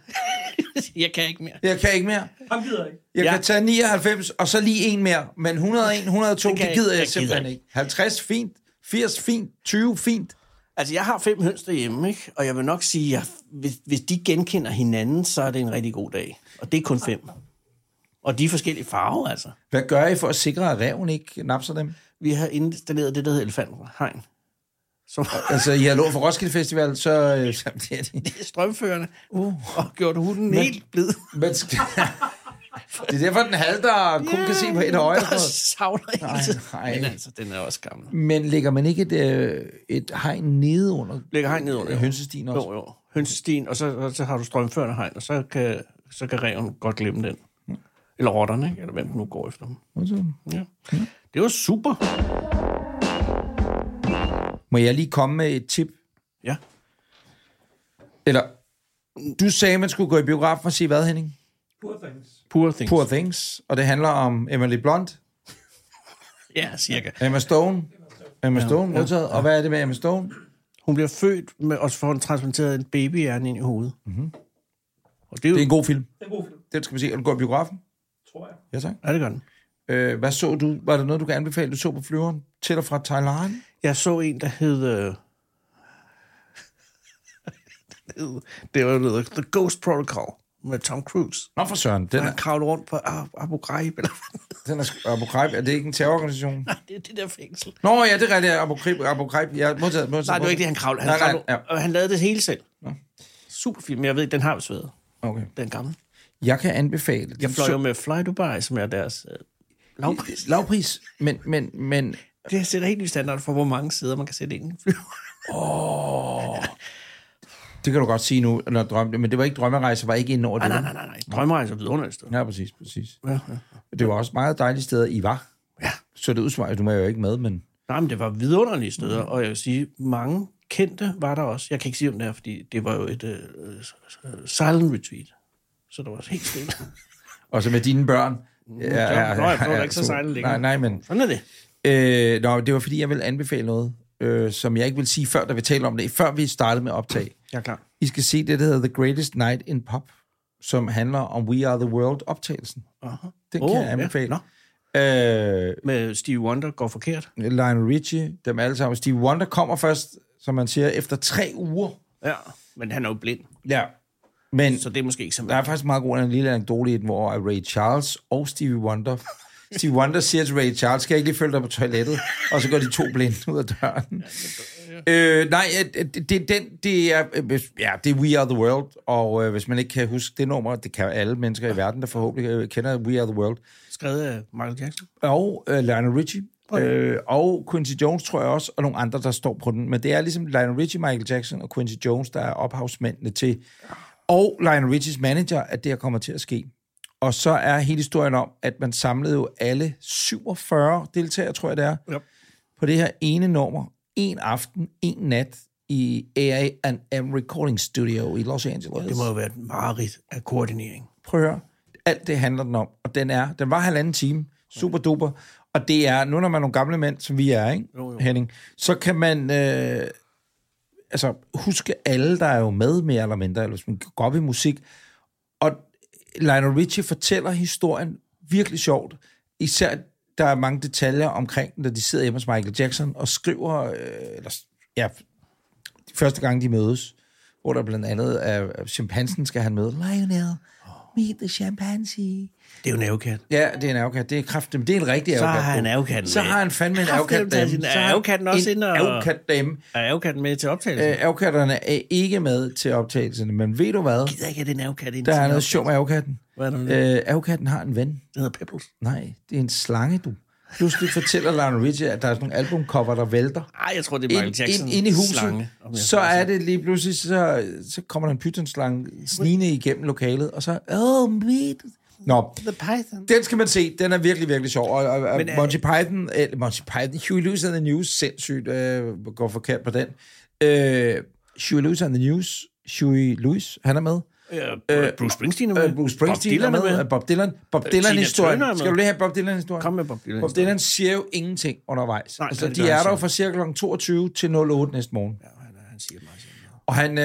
B: Jeg kan ikke mere.
A: Jeg kan ikke mere.
C: Han gider ikke.
A: Jeg ja.
B: Ja.
A: kan tage 99, og så lige en mere. Men 101, 102, det,
B: Det kan
A: det
B: jeg-
A: gider jeg,
B: jeg
A: jeg simpelthen
B: gider
A: ikke. 50, fint. 80, fint. 20, fint.
B: Altså, jeg har fem høns derhjemme, ikke? Og jeg vil nok sige, at hvis, hvis de genkender hinanden, så er det en rigtig god dag. Og det er kun fem. Og de er forskellige farver, altså.
A: Hvad gør I for at sikre, at reven ikke napser dem?
B: Vi har installeret det, der hedder elefanthegn. Som
A: Altså, I har lånt for Roskilde Festival, så... Øh, så det er det.
B: strømførende. Uh. Og gjort hunden helt blid.
A: Men skal... det er derfor, den halter og kun yeah, kan se på et øje. og
B: Der
A: sådan
B: savler
A: Nej,
B: hele tiden.
A: nej.
B: Men altså, den er også gammel.
A: noget. Men lægger man ikke et, øh, et hegn nede under
B: Lægger hegn ned under.
A: hønsestien også?
B: Jo, jo. Hønsestien, og så, og så har du strømførende hegn, og så kan, så kan reven godt glemme den. Eller rotterne, ikke? Eller hvem den nu går efter dem.
A: Altså.
B: Ja. Det var super.
A: Må jeg lige komme med et tip?
B: Ja.
A: Eller, du sagde, man skulle gå i biografen og sige hvad, Henning?
C: Poor things.
B: Poor things.
A: Poor Things, og det handler om Emily Blunt,
B: Ja, cirka.
A: Emma Stone. Emma Stone, modtaget. Og hvad er det med Emma Stone?
B: Hun bliver født, med, og så får hun transplanteret en babyhjerne ind i hovedet. Mm-hmm. Og det er
A: Det er
B: jo... Det
A: en god film.
C: Det er en god film,
A: Den skal vi se. Er du går i biografen?
C: tror jeg.
A: Ja, tak.
B: er... Ja, det gør den.
A: Øh, hvad så du? Var der noget, du kan anbefale, du så på flyveren? Til og fra Thailand?
B: Jeg så en, der hed... Øh... den hed- det var noget, The Ghost Protocol med Tom Cruise.
A: Nå for søren, den er,
B: Han kravlede rundt på Ab- Abu Ghraib. Eller...
A: den er, sgu- Abu Ghraib, er det ikke en terrororganisation?
B: Nej, det er det der fængsel.
A: Nå ja, det er rigtigt, Abu Ghraib, Abu Ghraib. Ja, modtaget, modtaget,
B: Nej, det var ikke det, han kravlede. Han,
A: Nej,
B: kravlede
A: nej,
B: og han lavede det hele selv. Super film. men Jeg ved ikke, den har vist været.
A: ja, okay.
B: Den gamle.
A: Jeg kan anbefale.
B: Jeg fløj jo med Fly Dubai, som er deres... Øh, lavpris.
A: Lavpris, men, men, men
B: Det sætter helt ny standard for, hvor mange sider man kan sætte ind i en flyver.
A: det kan du godt sige nu, når drømte, men det var ikke drømmerejser, var ikke ind over det.
B: Nej,
A: vel?
B: nej, nej, nej. Drømmerejse er vidunderligt sted.
A: Ja, præcis, præcis.
B: Ja, ja.
A: Det var også meget dejlige steder, I var.
B: Ja.
A: Så det udsvarer, du var jo ikke med, men...
B: Nej, men det var vidunderlige steder, og jeg vil sige, mange kendte var der også. Jeg kan ikke sige, om det er, fordi det var jo et øh, øh, silent retreat. Så der var helt stille.
A: Og så med dine børn.
B: Mm,
A: Ja, ja,
B: Nå, jeg prøver ikke så sejlet
A: Nej,
B: længere.
A: nej, men...
B: Sådan er det.
A: Øh, nå, det var fordi, jeg ville anbefale noget, øh, som jeg ikke vil sige før, da vi taler om det, før vi startede med optag.
B: Jeg er klar.
A: I skal se det, der hedder The Greatest Night in Pop, som handler om We Are The World-optagelsen.
B: Aha.
A: Den
B: Åh,
A: kan
B: ja.
A: jeg anbefale.
B: Nå.
A: Ja. Øh,
B: Med Steve Wonder går forkert.
A: Lionel Richie, dem alle sammen. Steve Wonder kommer først, som man siger, efter tre uger.
B: Ja, men han er jo blind,
A: Ja. Men
B: så det er måske ikke så
A: der er
B: meget.
A: faktisk meget god en lille anekdote i den, hvor Ray Charles og Stevie Wonder... Stevie Wonder siger til Ray Charles, skal jeg ikke lige følge dig på toilettet? Og så går de to blinde ud af døren. Øh, nej, øh, det, det, den, det, er, øh, hvis- ja, det er We Are The World, og øh, hvis man ikke kan huske det nummer, det kan alle mennesker i verden, der forhåbentlig øh, kender We Are The World,
B: Skrevet af Michael Jackson.
A: og øh, Lionel Richie, øh, og Quincy Jones, tror jeg også, og nogle andre, der står på den. Men det er ligesom Lionel Richie, Michael Jackson og Quincy Jones, der er ophavsmændene til. Og Lionel Richies manager, at det her kommer til at ske. Og så er hele historien om, at man samlede jo alle 47 deltagere, tror jeg det er,
B: Ja.
A: på det her ene nummer, en aften, en nat, i A&M Recording Studio i Los Angeles
B: Det må jo være et mareridt af koordinering.
A: prøv at høre, alt det handler den om, og den er, den var halvanden time, super duper, og det er, nu når man er nogle gamle mænd, som vi er, ikke, jo, jo. Henning, så kan man, øh, altså, huske alle, der er jo med, mere eller mindre, eller hvis man går op i musik, og Lionel Richie fortæller historien virkelig sjovt, især der er mange detaljer omkring den, da de sidder hjemme hos Michael Jackson og skriver, øh, eller, ja, de første gang de mødes, hvor der blandt andet er, chimpansen skal han med, Lionel, Meet the chimpanzee.
B: Det er jo nervekat.
A: Ja, det er en avokat. Det er kraft, det er en rigtig
B: Så
A: avokat.
B: har han avokatten
A: Så
B: med.
A: har han fandme en
B: Kraftedeme
A: avokat
B: tager
A: dame.
B: sin-
A: Så
B: er
A: har han
B: avokatten også
A: en
B: inde og-
A: avokat dame.
B: Er afkatten med til optagelsen?
A: Øh, Avokatterne er ikke med til optagelserne, men ved du hvad?
B: Jeg gider ikke, at det er en afkat ind
A: Der
B: til
A: er
B: en
A: noget sjovt med avokatten.
B: Hvad er der med
A: Øh, avokatten har en ven.
B: Den hedder Pebbles.
A: Nej, det er en slange, du. Pludselig fortæller Lionel Richie, at der er sådan nogle albumcover, der vælter.
B: Ej, jeg tror, det er
A: Ind,
B: Michael Jackson.
A: ind, ind i huset,
B: slange, om jeg
A: så
B: skal sige.
A: er det lige pludselig, så, så kommer der en pythonslange snigende igennem lokalet, og så, oh, meet. Nå,
B: The Python.
A: Den skal man se. Den er virkelig, virkelig sjov. Og, og, og
B: Men er-
A: Monty Python, eller Monty Python, Huey Lewis and the News, sindssygt, øh, går forkert på den. Øh, Huey Lewis and the News, Huey Lewis, han er med.
B: Øh, Bruce Springsteen er med.
A: Øh, Bruce Springsteen
B: Bob Dylan
A: er med. Øh, Bob Dylan. Bob Dylan-historien.
B: Tina Turner er med.
A: Skal du lige have Bob Dylan-historien?
B: Kom med Bob Dylan.
A: Bob Dylan siger jo ingenting undervejs.
B: Nej,
A: Nej, altså,
B: det
A: de
B: gør han
A: er der jo
B: selv.
A: fra cirka kl. 22 til 08 næste morgen.
B: Ja, han, han siger meget sjældent. noget.
A: Og han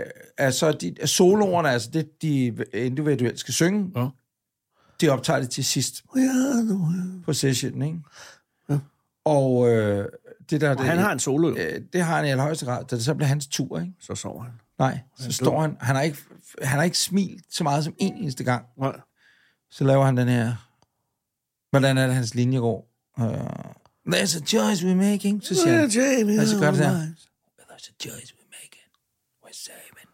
A: øh, er så... De, soloerne, altså det, de individuelt skal synge,
B: Ja.
A: det optager det til sidst på sessionen, ikke? Og øh, det der... Det,
B: Han har en solo, jo.
A: øh, det har han i allerhøjeste grad. Da det så bliver hans tur, ikke?
B: så sover han.
A: Nej, så står han... Han har, ikke, han har ikke smilt så meget som en eneste gang.
B: Nej.
A: Så laver han den her... Hvordan er det, hans linje går? Uh, there's a choice we're making, så siger Altså, han.
B: Jamie,
A: Lad os gøre det der.
B: There's a choice we make it. We're saving.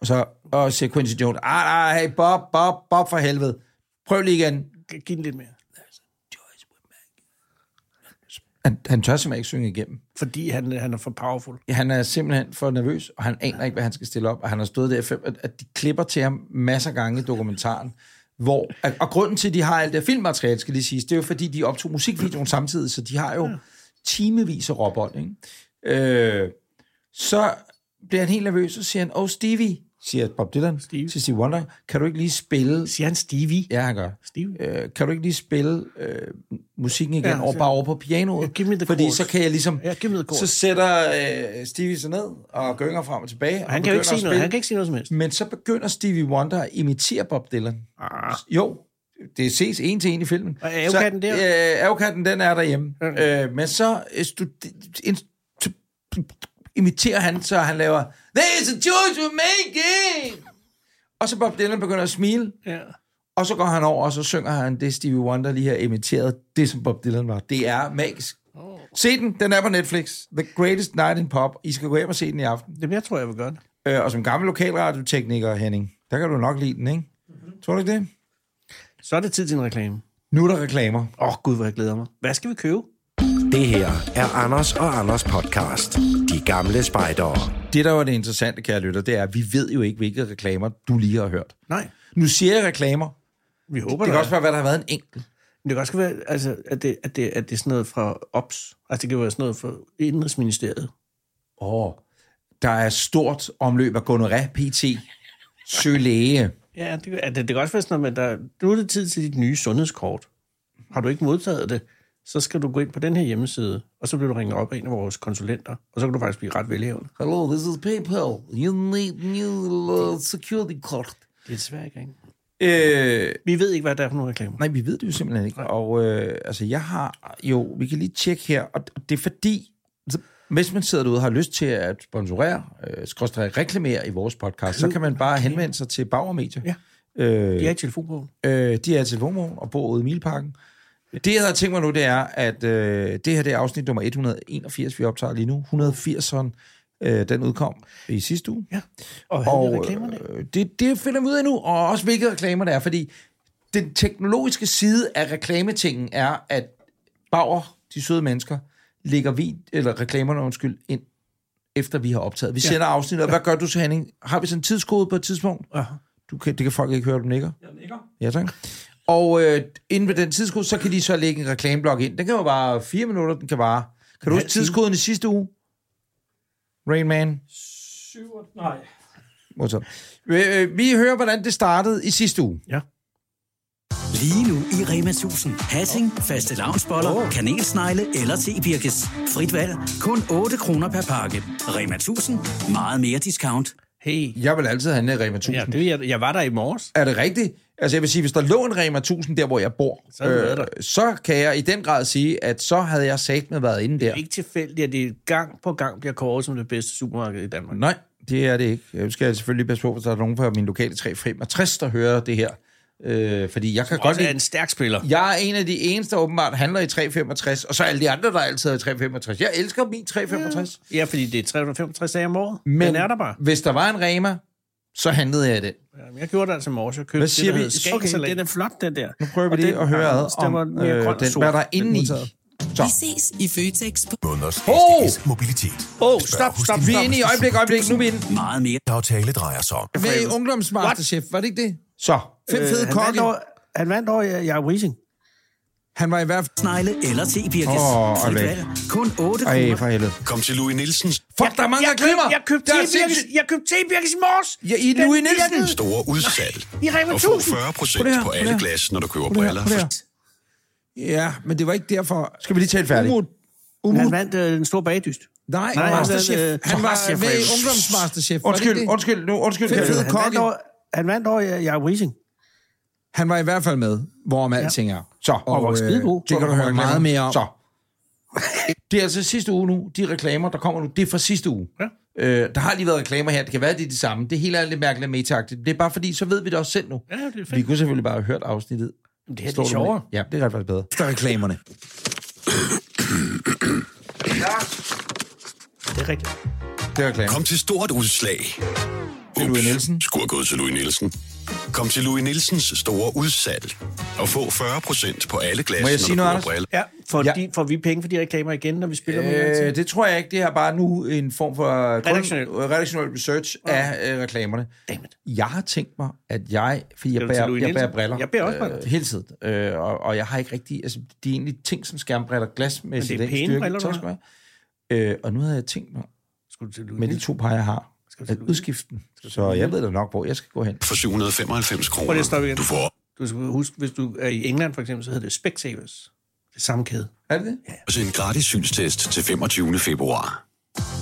A: Og så og siger Quincy Jones, ah, nej, hey, Bob, Bob, Bob for helvede. Prøv lige igen.
B: Giv den lidt mere.
A: Han, han tør simpelthen ikke synge igennem.
B: Fordi han, han er for powerful.
A: han er simpelthen for nervøs, og han aner ikke, hvad han skal stille op. Og han har stået der, i fem, at- at de klipper til ham masser af gange i dokumentaren. Hvor, at, og grunden til, at de har alt det her filmmateriale, skal lige siges, det er jo, fordi de optog musikvideoen samtidig, så de har jo timevis af råbånd. Ikke? Øh, så bliver han helt nervøs, og siger han, oh Stevie, siger Bob Dylan
B: Steve.
A: til Steve Wonder, kan du ikke lige spille...
B: Siger han Stevie?
A: Ja, han gør.
B: Steve?
A: Øh, kan du ikke lige spille øh, musikken igen,
B: Ja,
A: ja, og
B: så-
A: bare over på pianoet?
B: Ja, give me the
A: Fordi
B: chords.
A: så kan jeg ligesom...
B: Ja, give me the chords.
A: så sætter øh, Stevie sig ned og gynger frem og tilbage. og
B: Han kan jo
A: begynder
B: ikke
A: at
B: sige noget.
A: spille.
B: Han kan ikke sige noget som helst.
A: Men så begynder Stevie Wonder at imitere Bob Dylan. Ah. Jo, det ses en til en i filmen.
B: Og ærgerkatten
A: Så,
B: der?
A: Øh, ærgerkatten, den er derhjemme. Øh, men så, øh, stu- in, så imiterer han, så han laver... There's a choice we're making! Og så Bob Dylan begynder at smile,
B: Ja.
A: og så går han over, og så synger han det, Stevie Wonder lige har imiteret, det som Bob Dylan var. Det er magisk. Se den, den er på Netflix. The Greatest Night in Pop. I skal gå hjem og se den i aften.
B: Jamen, jeg tror, jeg vil gøre det.
A: Øh, og som gammel lokalradiotekniker, Henning, der kan du nok lide den, ikke? Mm-hmm. Tror du ikke det?
B: Så er det tid til en reklame.
A: Nu er der reklamer.
B: Åh, oh, Gud, hvor jeg glæder mig. Hvad skal vi købe?
D: Det her er Anders og Anders podcast. De gamle spejdere.
A: Det, der var det interessante, kære lytter, det er, at vi ved jo ikke, hvilke reklamer du lige har hørt.
B: Nej,
A: Nu siger jeg reklamer.
B: vi håber
A: Det kan
B: da.
A: også være, hvad der har været en enkelt.
B: Men Det kan også være, altså, at, det, at, det, at det er sådan noget fra OPS. Altså, det kan være sådan noget fra Indrigsministeriet.
A: Åh, der er stort omløb af gonoré, PT, søg læge.
B: Ja, det, at det, det kan også være sådan noget med, at der, nu er det tid til dit nye sundhedskort. Har du ikke modtaget det, så skal du gå ind på den her hjemmeside, og så bliver du ringet op af en af vores konsulenter, og så kan du faktisk blive ret velhævende.
A: Hello, this is PayPal. You need new uh, security card.
B: Det er desværre ikke, ikke?
A: Øh,
B: Vi ved ikke, hvad der er for nogle reklamer.
A: Nej, vi ved det jo simpelthen ikke. Og øh, altså, jeg har jo... Vi kan lige tjekke her, og det er fordi... så- Hvis man sidder derude og har lyst til at sponsorere, øh, skråstrege reklamere i vores podcast, så kan man bare henvende sig til Bauer Media.
B: Ja.
A: Øh,
B: De er i telefonbogen.
A: øh, de er til Vomon og bor ude i Milparken. Det, jeg havde tænkt mig nu, det er, at øh, det her det er afsnit nummer 181, vi optager lige nu. 180'eren, øh, den udkom i sidste uge.
B: Ja. Og, og
A: Og
B: reklamerne.
A: øh, det, det finder vi ud af nu, og også hvilke reklamer det er, fordi den teknologiske side af reklametingen er, at Bauer, de søde mennesker, lægger vi, eller reklamerne, undskyld, ind, efter vi har optaget. Vi sender afsnit, og hvad gør du så, Henning? Har vi sådan en tidskode på et tidspunkt?
B: Ja.
A: Du kan, det kan folk ikke høre, du nikker.
C: Jeg nikker.
A: Ja, tak. Og øh, inden ved den tidskode, så kan de så lægge en reklameblok ind. Den kan jo vare fire minutter, den kan vare. Kan du huske tidskoden i sidste uge? Rain Man.
C: Syv... Nej.
A: Modtaget. Øh, øh, Vi hører, hvordan det startede i sidste uge.
B: ja.
G: Lige nu i Rema 1000. Hassing, faste lavnsboller, oh. kanelsnegle eller tebirkes. Frit valg. Kun 8 kroner per pakke. Rema 1000. Meget mere discount.
B: Hey.
A: Jeg vil altid handle i Rema 1000.
B: Ja,
A: Ja, det...
B: det, jeg, jeg var der i morges.
A: Er det rigtigt? Altså jeg vil sige, hvis der lå en Rema 1000 der, hvor jeg bor, øh,
B: Så havde du været der.
A: så kan jeg i den grad sige, at så havde jeg sagt med været inde der.
B: Ikke tilfældigt, at det gang på gang bliver kåret som det bedste supermarked i Danmark.
A: Nej, det er det ikke. Jeg skal jeg selvfølgelig passe på, hvis der er nogen fra min lokale 365, der hører det her. Øh, fordi jeg kan godt
B: Også er
A: lide...
B: en stærk spiller.
A: Jeg er en af de eneste, der åbenbart handler i 365, og så alle de andre, der altid er i 365. Jeg elsker min 365.
B: Ja, fordi det er 365 dage om året. Men
A: Men
B: den er der bare.
A: hvis der var en Rema, så handlede jeg i den.
B: Jamen, Jeg gjorde det altså i morges. Jeg købte
A: Hvad siger
B: det,
A: vi?
B: der hedder
A: Okay,
B: skagsalat.
A: den
B: er flot, den der. Nu
A: Prøver vi lige at høre ad om, øh, den, hvad der er inde i. Så.
H: Vi ses i Føtex på
I: Bunders
A: Hov!
I: SDS Mobilitet.
B: Åh, oh, stop, stop,
A: Vi
B: stop.
A: er inde i øjeblik, øjeblik. Nu er vi inde.
G: Meget mere.
I: Der tale drejer sig om.
A: Ved ungdomsmasterchef, var det ikke det? Så, fem øh, fede
B: han, vandt
A: kokke.
B: over, han vandt over jeg, jeg er Weezing.
A: Han var i hvert fald...
G: Snegle eller tebirkes.
A: Åh, og
G: Frit
A: væk.
G: valg. Kun 8 kroner.
A: Ej, for helvede.
I: Kom til Louis Nielsens
A: Fuck, der er mange reklamer.
B: Jeg købte
A: Der er
B: tebirkes
A: sindssygt-
B: jeg købte tebirkes i morges.
A: Ja, i
B: Den
A: Louis Nielsen.
B: virkede.
I: store udsalg.
B: I Rema
I: Og få
B: 1000.
I: 40
A: Prøv lige
I: procent
A: her,
I: på
A: prøv
I: alle
A: lige her.
I: glas, når du køber
A: Prøv lige her,
I: briller.
A: prøv lige her. Ja, men det var ikke derfor... Skal vi lige tale færdigt? Umut. Uh.
B: Han vandt øh, den store bagedyst.
A: Nej,
B: Nej,
A: Nej
B: han
A: masterchef.
B: var, øh,
A: Han var
B: Masterchef.
A: med i ungdomsmasterchef. var det ikke
J: Undskyld,
A: det?
J: undskyld, nu, undskyld.
A: Fem
J: Kjeld.
A: fede
B: Han vandt
A: kokke.
B: over, han vandt over jeg, jeg er Weezing.
A: Han var i hvert fald med, hvorom alting er. Så, og,
B: var
A: øh,
B: skidegod.
A: Det kan du
B: Og
A: høre
B: var
A: meget
B: glad.
A: mere om. Så. Det er altså sidste uge nu. De reklamer, der kommer nu, det er fra sidste uge.
B: Ja.
A: Øh, der har lige været reklamer her. Det kan være, det er de samme. Det hele er lidt mærkeligt og metagtigt. Det er bare fordi, så ved vi det også selv nu.
B: Ja, det er fedt.
A: vi kunne selvfølgelig bare have hørt afsnittet.
B: Det her det
A: Står
B: er
A: du
B: sjovere.
A: med? Ja, det er ret faktisk bedre. Efter reklamerne.
B: Det er rigtigt.
A: Det er reklamer.
I: Kom til stort udslag.
A: Louis Nielsen.
I: Skur gået til Louis Nielsen. Kom til Louis Nielsens store udsalg. Og få 40 procent på alle glas,
A: Må jeg
I: når
A: sige
I: du
A: noget,
I: køber
A: Anders?
I: briller.
B: Ja, får, ja. De, får vi penge for de reklamer igen, når vi spiller øh, med
A: Øh, det tror jeg ikke. Det er bare nu en form for kun-
B: Redaktionel.
A: øh, redaktionel research af øh, reklamerne.
B: Dammit.
A: Jeg har tænkt mig, at jeg... Fordi jeg
B: Skal du til
A: bærer,
B: Louis
A: jeg bærer
B: Nielsen?
A: briller.
B: Jeg bærer også briller.
A: Øh, hele tiden. Øh, og, og jeg har ikke rigtig... Altså, de er egentlig ting som skærmbriller, glasmæssigt.
B: Men det er
A: ikke?
B: pæne briller, du
A: tak skal du have. Øh, og nu havde jeg tænkt mig,
B: Skulle du til Louis
A: med de
B: Nielsen?
A: to par, jeg har,
B: Skal
A: At
B: du
A: udskifte den. Så jeg ved da nok, hvor jeg skal gå hen.
I: for 795 kroner.
B: Prøv lige at stoppe igen.
I: Du får
B: Du skal huske, hvis du er i England for eksempel, så hedder det Specsavers. Det er samme kæde.
A: Er det det?
I: også en gratis synstest til 25. februar.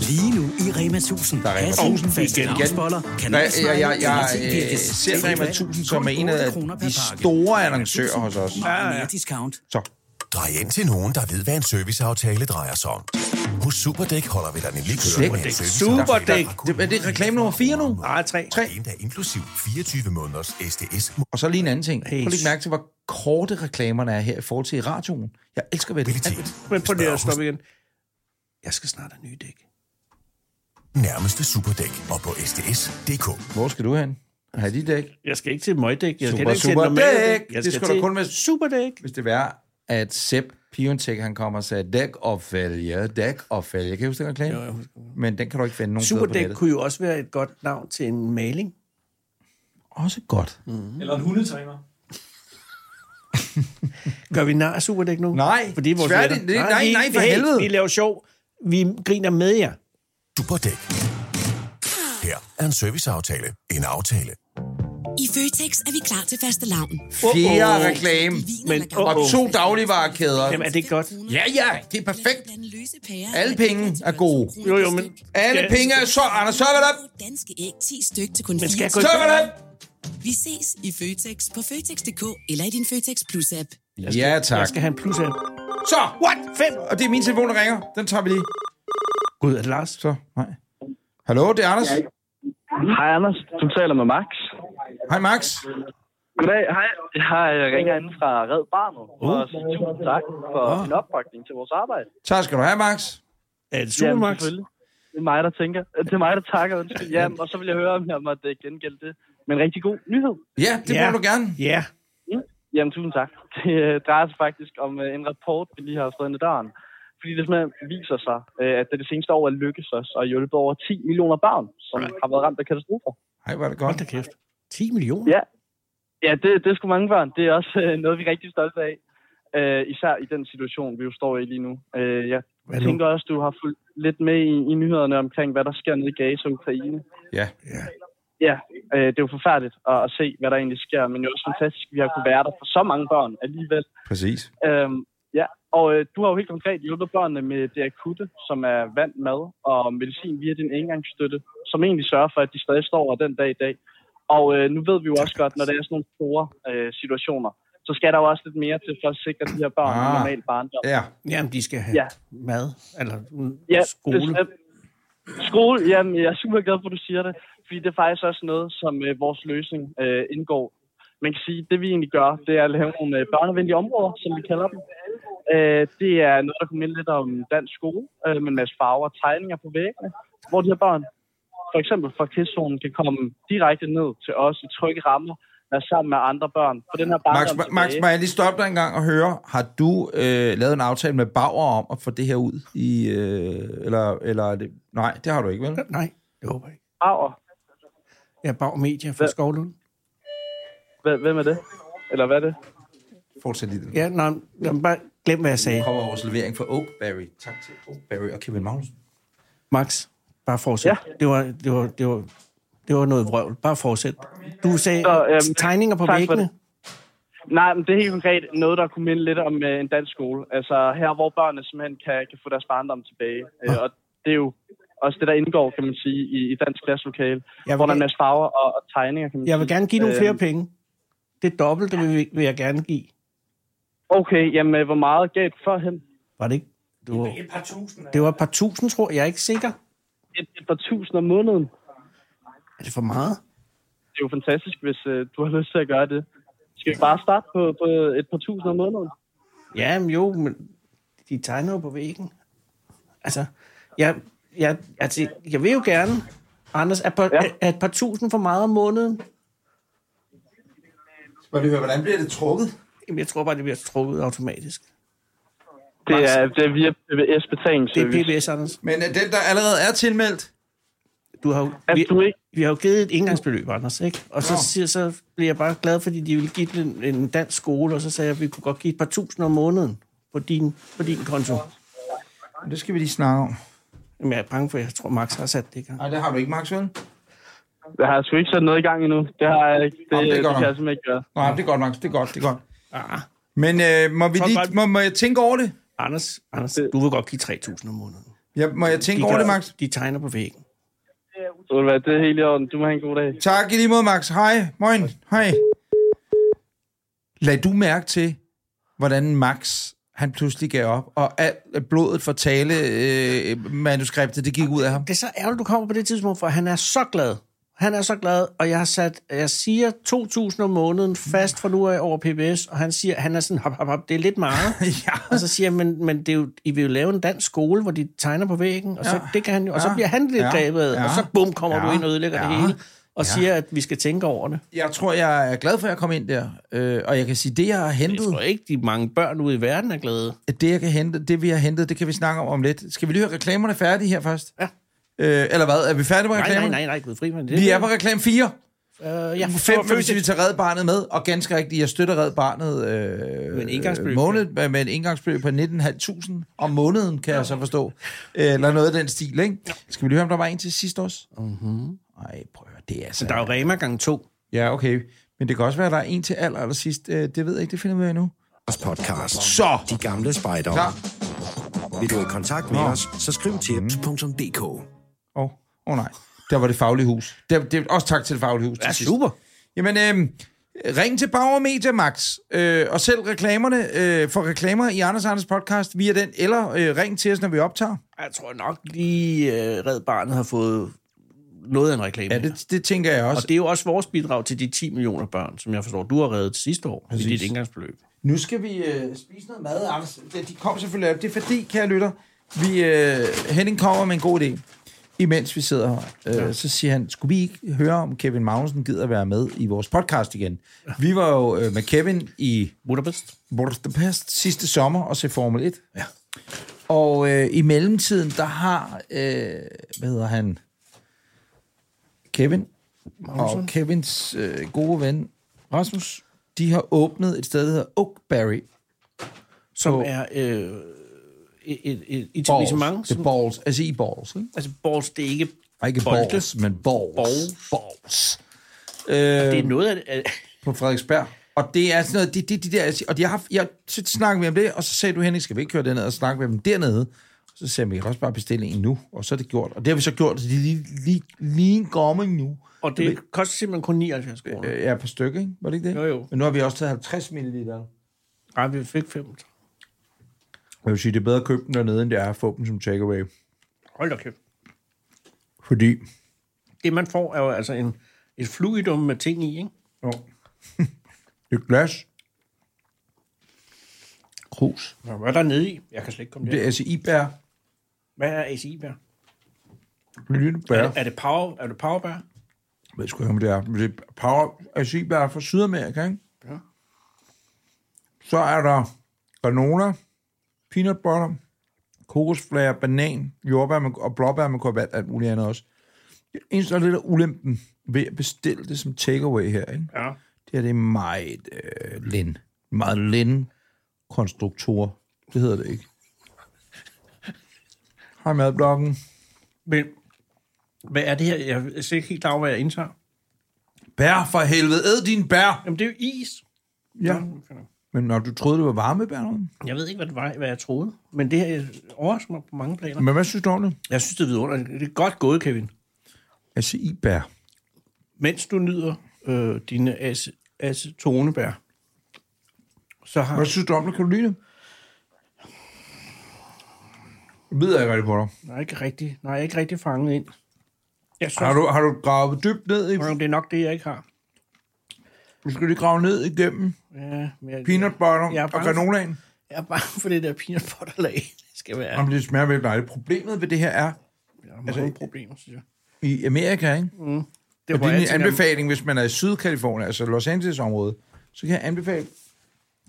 G: Lige nu i Rema 1000.
A: Der er Rema
G: Hassing,
A: 1000
G: faste
A: igen.
G: lavnsboller,
A: Jeg, jeg, jeg, jeg,
G: kanelsnegle,
A: øh, ser
G: LRT-birkes.
A: Rema 1000 som er en af
G: Kun otte kroner
A: de
G: per pakke.
A: store annoncører hos os.
G: Meget mere discount.
A: Så.
J: Drej ind til nogen, der ved, hvad en serviceaftale drejer sig om. Hos Superdæk holder vi dig nemlig kørende med en
A: Superdæk.
J: serviceaftale,
B: Superdæk.
J: der fra kun
A: Det- er det reklame nummer fire nu?
B: Nej, tre.
A: Tre.
J: En dag inklusiv 24 måneders SDS.
A: Og så lige en anden ting. Prøv
B: Hey.
A: lige at mærke til, hvor korte reklamerne er her i forhold til i radioen. Jeg elsker ved det.
J: mobilitet.
B: Men prøv lige at
J: Spørg hos
B: stoppe igen. Jeg skal snart have nye dæk.
J: nærmeste Superdæk og på sds.dk.
A: Hvor skal du hen? Har de dæk?
B: Jeg skal ikke til møgdæk. Jeg skal
A: Super,
B: heller ikke til
A: super
B: normalt
A: dæk.
B: dæk.
A: Det
B: Jeg skal
A: skulle da
B: til
A: kun være-
B: superdæk.
A: Hvis det var, at Sepp Piontek, han kommer og sagde, dæk og vælge, dæk og vælge. Kan du huske den reklame? Jo, Men den kan du ikke finde nogen steder på
B: Superdæk
A: nettet.
B: kunne jo også være et godt navn til en maling.
A: Også godt.
B: Mm.
C: Eller en hundetræner.
B: Gør vi nar af superdæk nu?
A: Nej,
B: Fordi vores
A: tværtim-
B: venner-
A: det- nej,
B: vi-
A: nej, for
B: hey,
A: helvede.
B: Vi laver sjov. Vi griner med jer.
J: Superdæk. Her er en serviceaftale. En aftale.
H: I Føtex er vi klar til faste lavn.
A: Fjerde oh, oh. reklame.
B: Men,
A: Og to dagligvarekæder.
B: Jamen, altså- er det godt?
A: Ja, ja, det er perfekt.
H: Alle penge er gode.
B: Jo, jo, men...
A: Alle
B: Skal-
A: penge er så, Anders, så er der.
H: Danske æg, 10 styk til kun
B: Men skal jeg
H: 4.
B: gå i
A: Så er der.
H: Vi ses i Føtex på Føtex.dk eller i din Føtex Plus-app.
A: Ja, tak.
B: Jeg skal have en plus af.
A: Så,
B: What? Fem?
A: og det er min telefon, der ringer. Den tager vi lige.
B: Gud, er det Lars?
A: Så, nej. Hallo, det er Anders.
K: Hej Anders, du taler med Max.
A: Hej, Max.
K: Goddag, hej. Jeg ringer inden fra Red Barnet, og sige tusind tak for
B: Åh.
K: din opbakning til vores arbejde.
A: Tak skal du have, Max.
B: Er det
K: Jamen,
B: Supermax?
K: selvfølgelig. Det er mig, der tænker. Det er mig, der takker, undskyld. Jamen, og så vil jeg høre, om jeg måtte øh, gengælde det. Men rigtig god nyhed.
A: Ja, det
B: Ja.
A: må du gerne.
B: Ja.
K: Jamen, tusind tak. Det øh, drejer sig faktisk om øh, en rapport, vi lige har fået ind ad døren. Fordi det simpelthen viser sig, øh, at det det seneste år er lykkes os at hjælpe over 10 millioner børn, som har været ramt af katastrofer.
A: Hej, var det godt.
B: Hold da kæft. 10 millioner?
K: Ja. Ja, det, det er sgu mange børn. Det er også øh, noget, vi er rigtig stolte af. Øh, især i den situation, vi jo står i lige nu. Øh, jeg
B: Hvad nu?
K: tænker også, du har fulgt lidt med i, i nyhederne omkring, hvad der sker nede i Gaza og Ukraine.
A: Ja.
B: Ja.
K: Ja, øh, det er jo forfærdeligt at, at se, hvad der egentlig sker, men det er jo også fantastisk, at vi har kunnet være der for så mange børn alligevel.
A: Præcis.
K: Øhm, ja, og øh, du har jo helt konkret hjulpet børnene med det akutte, som er vand, mad og medicin via din engangsstøtte, som egentlig sørger for, at de stadig står over den dag i dag. Og øh, nu ved vi jo også godt, når der er sådan nogle store øh, situationer, så skal der jo også lidt mere til for at sikre de her børn ah.
A: Ah.
K: en normal barndom.
A: Ja.
B: Jamen, de skal have ja.
K: Ja.
B: mad, eller mm,
K: Ja,
B: skole.
K: bestemt. Skole, jamen, jeg er super glad for, at du siger det, fordi det er faktisk også noget, som øh, vores løsning øh, indgår. Man kan sige, at det vi egentlig gør, det er at lave nogle øh, børnevenlige områder, som vi kalder dem. Øh, det er noget, der kommer ind lidt om dansk skole, øh, med en masse farver og tegninger på væggene, hvor de her børn, for eksempel fra krigszonen, kan komme direkte ned til os i trygge rammer, være sammen med andre børn. For den her
A: Max,
K: barndom
A: Ma- Max,
K: tilbage.
A: må jeg lige stoppe dig en gang og høre, har du øh, lavet en aftale med Bauer om at få det her ud i, øh, eller, eller er det, nej, det har du ikke, vel?
B: Nej, det håber jeg ikke.
K: Arver.
B: Jeg bag medier fra
K: Hvad?
B: Skovlund.
K: Hvem- Hvem er det? Eller hvad er det?
A: Fortsæt lige det.
B: Ja, nej, jamen, bare glem, hvad jeg sagde.
A: Kommer vores levering fra Oakberry. Tak til Oakberry og Kevin Magnussen.
B: Max, bare fortsæt. Ja.
K: Ja.
B: Det, var, det, var, det, var, det var noget vrøvl. Bare fortsæt. Du sagde
K: Så, øhm,
B: tegninger på
K: tak for
B: væggene.
K: det. Nej, men det er helt konkret noget, der kunne minde lidt om øh, en dansk skole. Altså her, hvor børnene simpelthen kan, kan få deres barndom tilbage. Øh, og det er jo også det, der indgår, kan man sige, i, i dansk klasselokale.
B: Jeg
K: Hvor der
B: vil,
K: er en masse farver og, og tegninger, kan man
B: jeg vil
K: sige.
B: gerne give nogle
K: Øh,
B: flere penge. Det er dobbelt, det vil, vil jeg gerne give.
K: Okay, jamen øh, hvor meget gav du førhen?
B: Var det ikke? Det var,
C: Et par tusind.
B: det var et par tusind, tror jeg. Jeg er ikke sikker.
K: Et, et par tusind om måneden.
B: Er det for meget?
K: Det er jo fantastisk, hvis øh, du har lyst til at gøre det. Skal vi bare starte på, på et par tusind om måneden?
B: Ja, men jo, men de tegner jo på væggen. Altså, jeg, jeg, altså, jeg vil jo gerne, Anders, er, på, ja. er, er et par tusind for meget om måneden?
A: Skal vi høre, hvordan bliver det trukket?
B: Jamen, jeg tror bare, det bliver trukket automatisk.
K: Det
B: Max.
K: er, det er via PBS
B: Det er
K: betalingsservice.
B: PBS, Anders.
A: Men er den, der allerede er tilmeldt,
B: Du har, jo-
K: At
B: vi,
K: du ikke...
B: vi har jo givet et engangsbeløb, Anders, ikke? Og så, siger, så bliver jeg bare glad, fordi de ville give den en, en dansk skole, og så sagde jeg, at vi kunne godt give et par tusind om måneden på din, på din konto.
A: det skal vi lige snakke om.
B: Jamen, jeg er bange for, jeg tror, Max har sat det i gang.
A: Nej, det har du ikke, Max, vel?
K: Jeg har sgu ikke sat noget i gang endnu. Det har jeg ikke. Det,
A: Jamen, det er
K: det, øh,
A: godt nok.
K: det kan jeg simpelthen ikke gøre.
A: Nej, det er godt, Max. Det er godt, det er godt.
B: Ah,
A: Men øh, må, vi
B: Så
A: lige,
B: godt.
A: må, må jeg tænke over det?
B: Anders, Anders du vil godt give 3.000 om måneden.
A: Ja, må jeg tænke
B: De
A: over
B: gør-
A: det, Max?
B: De tegner på væggen.
K: Ved du hvad, det er helt i orden. Du må have en god dag.
A: Tak i lige måde, Max. Hej. Moin. Hej. Lad du mærke til, hvordan Max han pludselig gav op, og alt blodet for tale-manuskriptet, det gik ud af ham.
B: Det er så ærgerligt, du kommer på det tidspunkt, for han er så glad. Han er så glad, og jeg har sat, jeg siger 2.000 om måneden fast fra nu af over PBS, og han siger, han er sådan, hop, hop, hop, det er lidt meget.
A: ja.
B: Og så siger jeg, men, men det er jo, I vil jo lave en dansk skole, hvor de tegner på væggen, og, så,
A: Ja.
B: det kan han, jo- og så
A: Ja.
B: bliver han lidt
A: Ja.
B: grebet, af,
A: Ja.
B: og så bum, kommer
A: Ja.
B: du ind og ødelægger
A: Ja.
B: det hele, og
A: Ja.
B: siger, at vi skal tænke over det.
A: Jeg tror, jeg er glad for, at jeg kom ind der. Øh, og jeg kan sige, det jeg har
B: Jeg
A: hentet,
B: tror ikke, de mange børn ude i verden er glade.
A: det jeg kan hente, det vi har hentet, det kan vi snakke om om lidt. Skal vi lige høre reklamerne færdige her først?
B: Ja.
A: Øh, eller hvad? Er vi færdige med
B: Nej, nej,
A: reklamerne?
B: nej, nej, Gud Frimann. det-
A: Vi er på reklame 4.
B: Øh, ja,
A: Fem,
B: det var
A: hvis vi tager Red Barnet med, og ganske rigtigt, jeg støtter Red Barnet øh,
B: Med en engangsbeløb.
A: måned, med med en engangsbeløb på 19.500 om måneden, kan jeg så forstå. Øh, Eller noget af den stil, ikke? Skal vi lige høre, om der var en til sidste års?
B: Mhm.
A: Nej, prøv at høre, det er
B: Så
A: altså...
B: der er jo Rema gang to.
A: Ja, okay. Men det kan også være, at der er en til aller, aller sidst. Øh, Det ved jeg ikke, det finder vi ud af endnu.
D: Vores podcast.
A: Så!
D: De gamle spejdere.
A: Klar.
D: Vil du i kontakt med
A: Nå.
D: os, så skriv til
I: Mm.
D: tips.dk.
A: Åh, oh, oh nej. Der var det faglige hus. Der, det, også tak til det faglige hus. til
B: Ja,
A: sidst.
B: super.
A: Jamen, øh, ring til Bauer Media, Max, øh, og selv reklamerne øh, for reklamer i Anders og Anders podcast via den, eller øh, ring til os, når vi optager.
B: Jeg tror nok lige, øh, Red Barnet har fået noget af en reklame.
A: Ja, det, det tænker jeg
B: Og
A: også.
B: det er jo også vores bidrag til de 10 millioner børn, som jeg forstår, du har reddet sidste år Præcis. i dit indgangsbeløb.
A: Nu skal vi øh, spise noget mad, Anders. Det- De kom selvfølgelig op. Det er fordi, kære lytter, vi, øh, Henning kommer med en god idé. Imens vi sidder her, øh, ja. så siger han, skulle vi ikke høre, om Kevin Magnussen gider være med i vores podcast igen? Ja. Vi var jo øh, med Kevin i
B: Budapest.
A: Budapest sidste sommer og se Formel 1. Ja. Og øh, i mellemtiden, der har, øh, hvad hedder han, Kevin og Kevins øh, gode ven Rasmus, de har åbnet et sted, der hedder Oakberry
B: Som
A: På-
B: er øh, et, et, et
A: Balls.
B: etablissement.
A: Det er
B: Som,
A: balls. Altså i balls, ikke?
B: altså, balls, det er ikke...
A: Og ikke
B: Bolde.
A: balls, men balls.
B: Balls.
A: Balls.
B: Det er
A: Øh,
B: noget af det. at-
A: på Frederiksberg. Og det er sådan noget, det, det, de der, og de har haft, jeg, så snakkede vi om det, og så sagde du, Henning, skal vi ikke køre derned og snakke med dem dernede? Og så sagde jeg, vi kan også bare bestille en nu, og så er det gjort. Og det har vi så gjort, så de er lige, lige, lige en gomming nu.
B: Og det koster simpelthen kun 79 kroner.
A: Øh, ja, på stykke, ikke? Var det ikke det?
B: Jo, jo.
A: Men nu har vi også taget 50 ml.
B: Nej, vi fik 5.
A: Jeg vil sige, det er bedre at købe dem dernede, end det er at få dem som takeaway.
B: Hold da kæft.
A: Fordi...
B: Det, man får, er jo altså en, et fluidum med ting i, ikke?
A: Jo. det er glas. Krus.
B: Nå, Hvad er der nede i? Jeg kan slet ikke komme
A: Det
B: der.
A: er altså ibær.
B: Hvad er ACI-bær?
A: Lille bær.
B: Er, det- er, det power, er det powerbær?
A: Jeg ved sgu ikke, om det er. Men det er power acibær fra Sydamerika, ikke?
B: Ja.
A: Så er der granola, peanut butter, kokosflager, banan, jordbær med, og blåbær med korbat, alt muligt andet også. Det eneste, der er lidt af ulempen ved at bestille det som takeaway her, ikke?
B: Ja.
A: det er det er meget øh, lind. Meget lind konstruktor. Det hedder det ikke. Hej madblokken.
B: Men hvad er det her? Jeg er slet ikke helt klar over, hvad jeg indtager.
A: Bær for helvede, æd din bær!
B: Jamen, det er jo is.
A: Ja. Men når du troede, det var varmebær, eller?
B: Jeg ved ikke, hvad det var, hvad jeg troede. Men det her øh, overrasker mig på mange planer.
A: Men hvad synes du om det?
B: Jeg synes, det er vidunderligt. Det er godt gået, Kevin.
A: Altså ibær.
B: Mens du nyder øh, dine as, as tonebær, så har...
A: Hvad synes du om det, Karoline? Jeg ved ikke rigtig på dig.
B: Nej, ikke rigtig, nej, jeg er ikke rigtig fanget ind. Jeg synes,
A: Har du, har du gravet dybt ned? I,
B: det er nok det, jeg ikke har.
A: du skal lige grave ned igennem
B: Ja, men jeg,
A: peanut butter
B: Jeg er
A: og
B: bange for-
A: granolaen.
B: jeg er bange for det der peanut butter lag. Det skal være.
A: Jamen, det smager virkelig dejligt. Problemet ved det her er,
B: Jeg har mange altså, problemer, synes jeg.
A: i Amerika, ikke?
B: Det
A: Og det
B: hvor
A: er min
B: jeg tænker,
A: anbefaling, hvis man er i Sydkalifornien, altså Los Angeles-området, så kan jeg anbefale,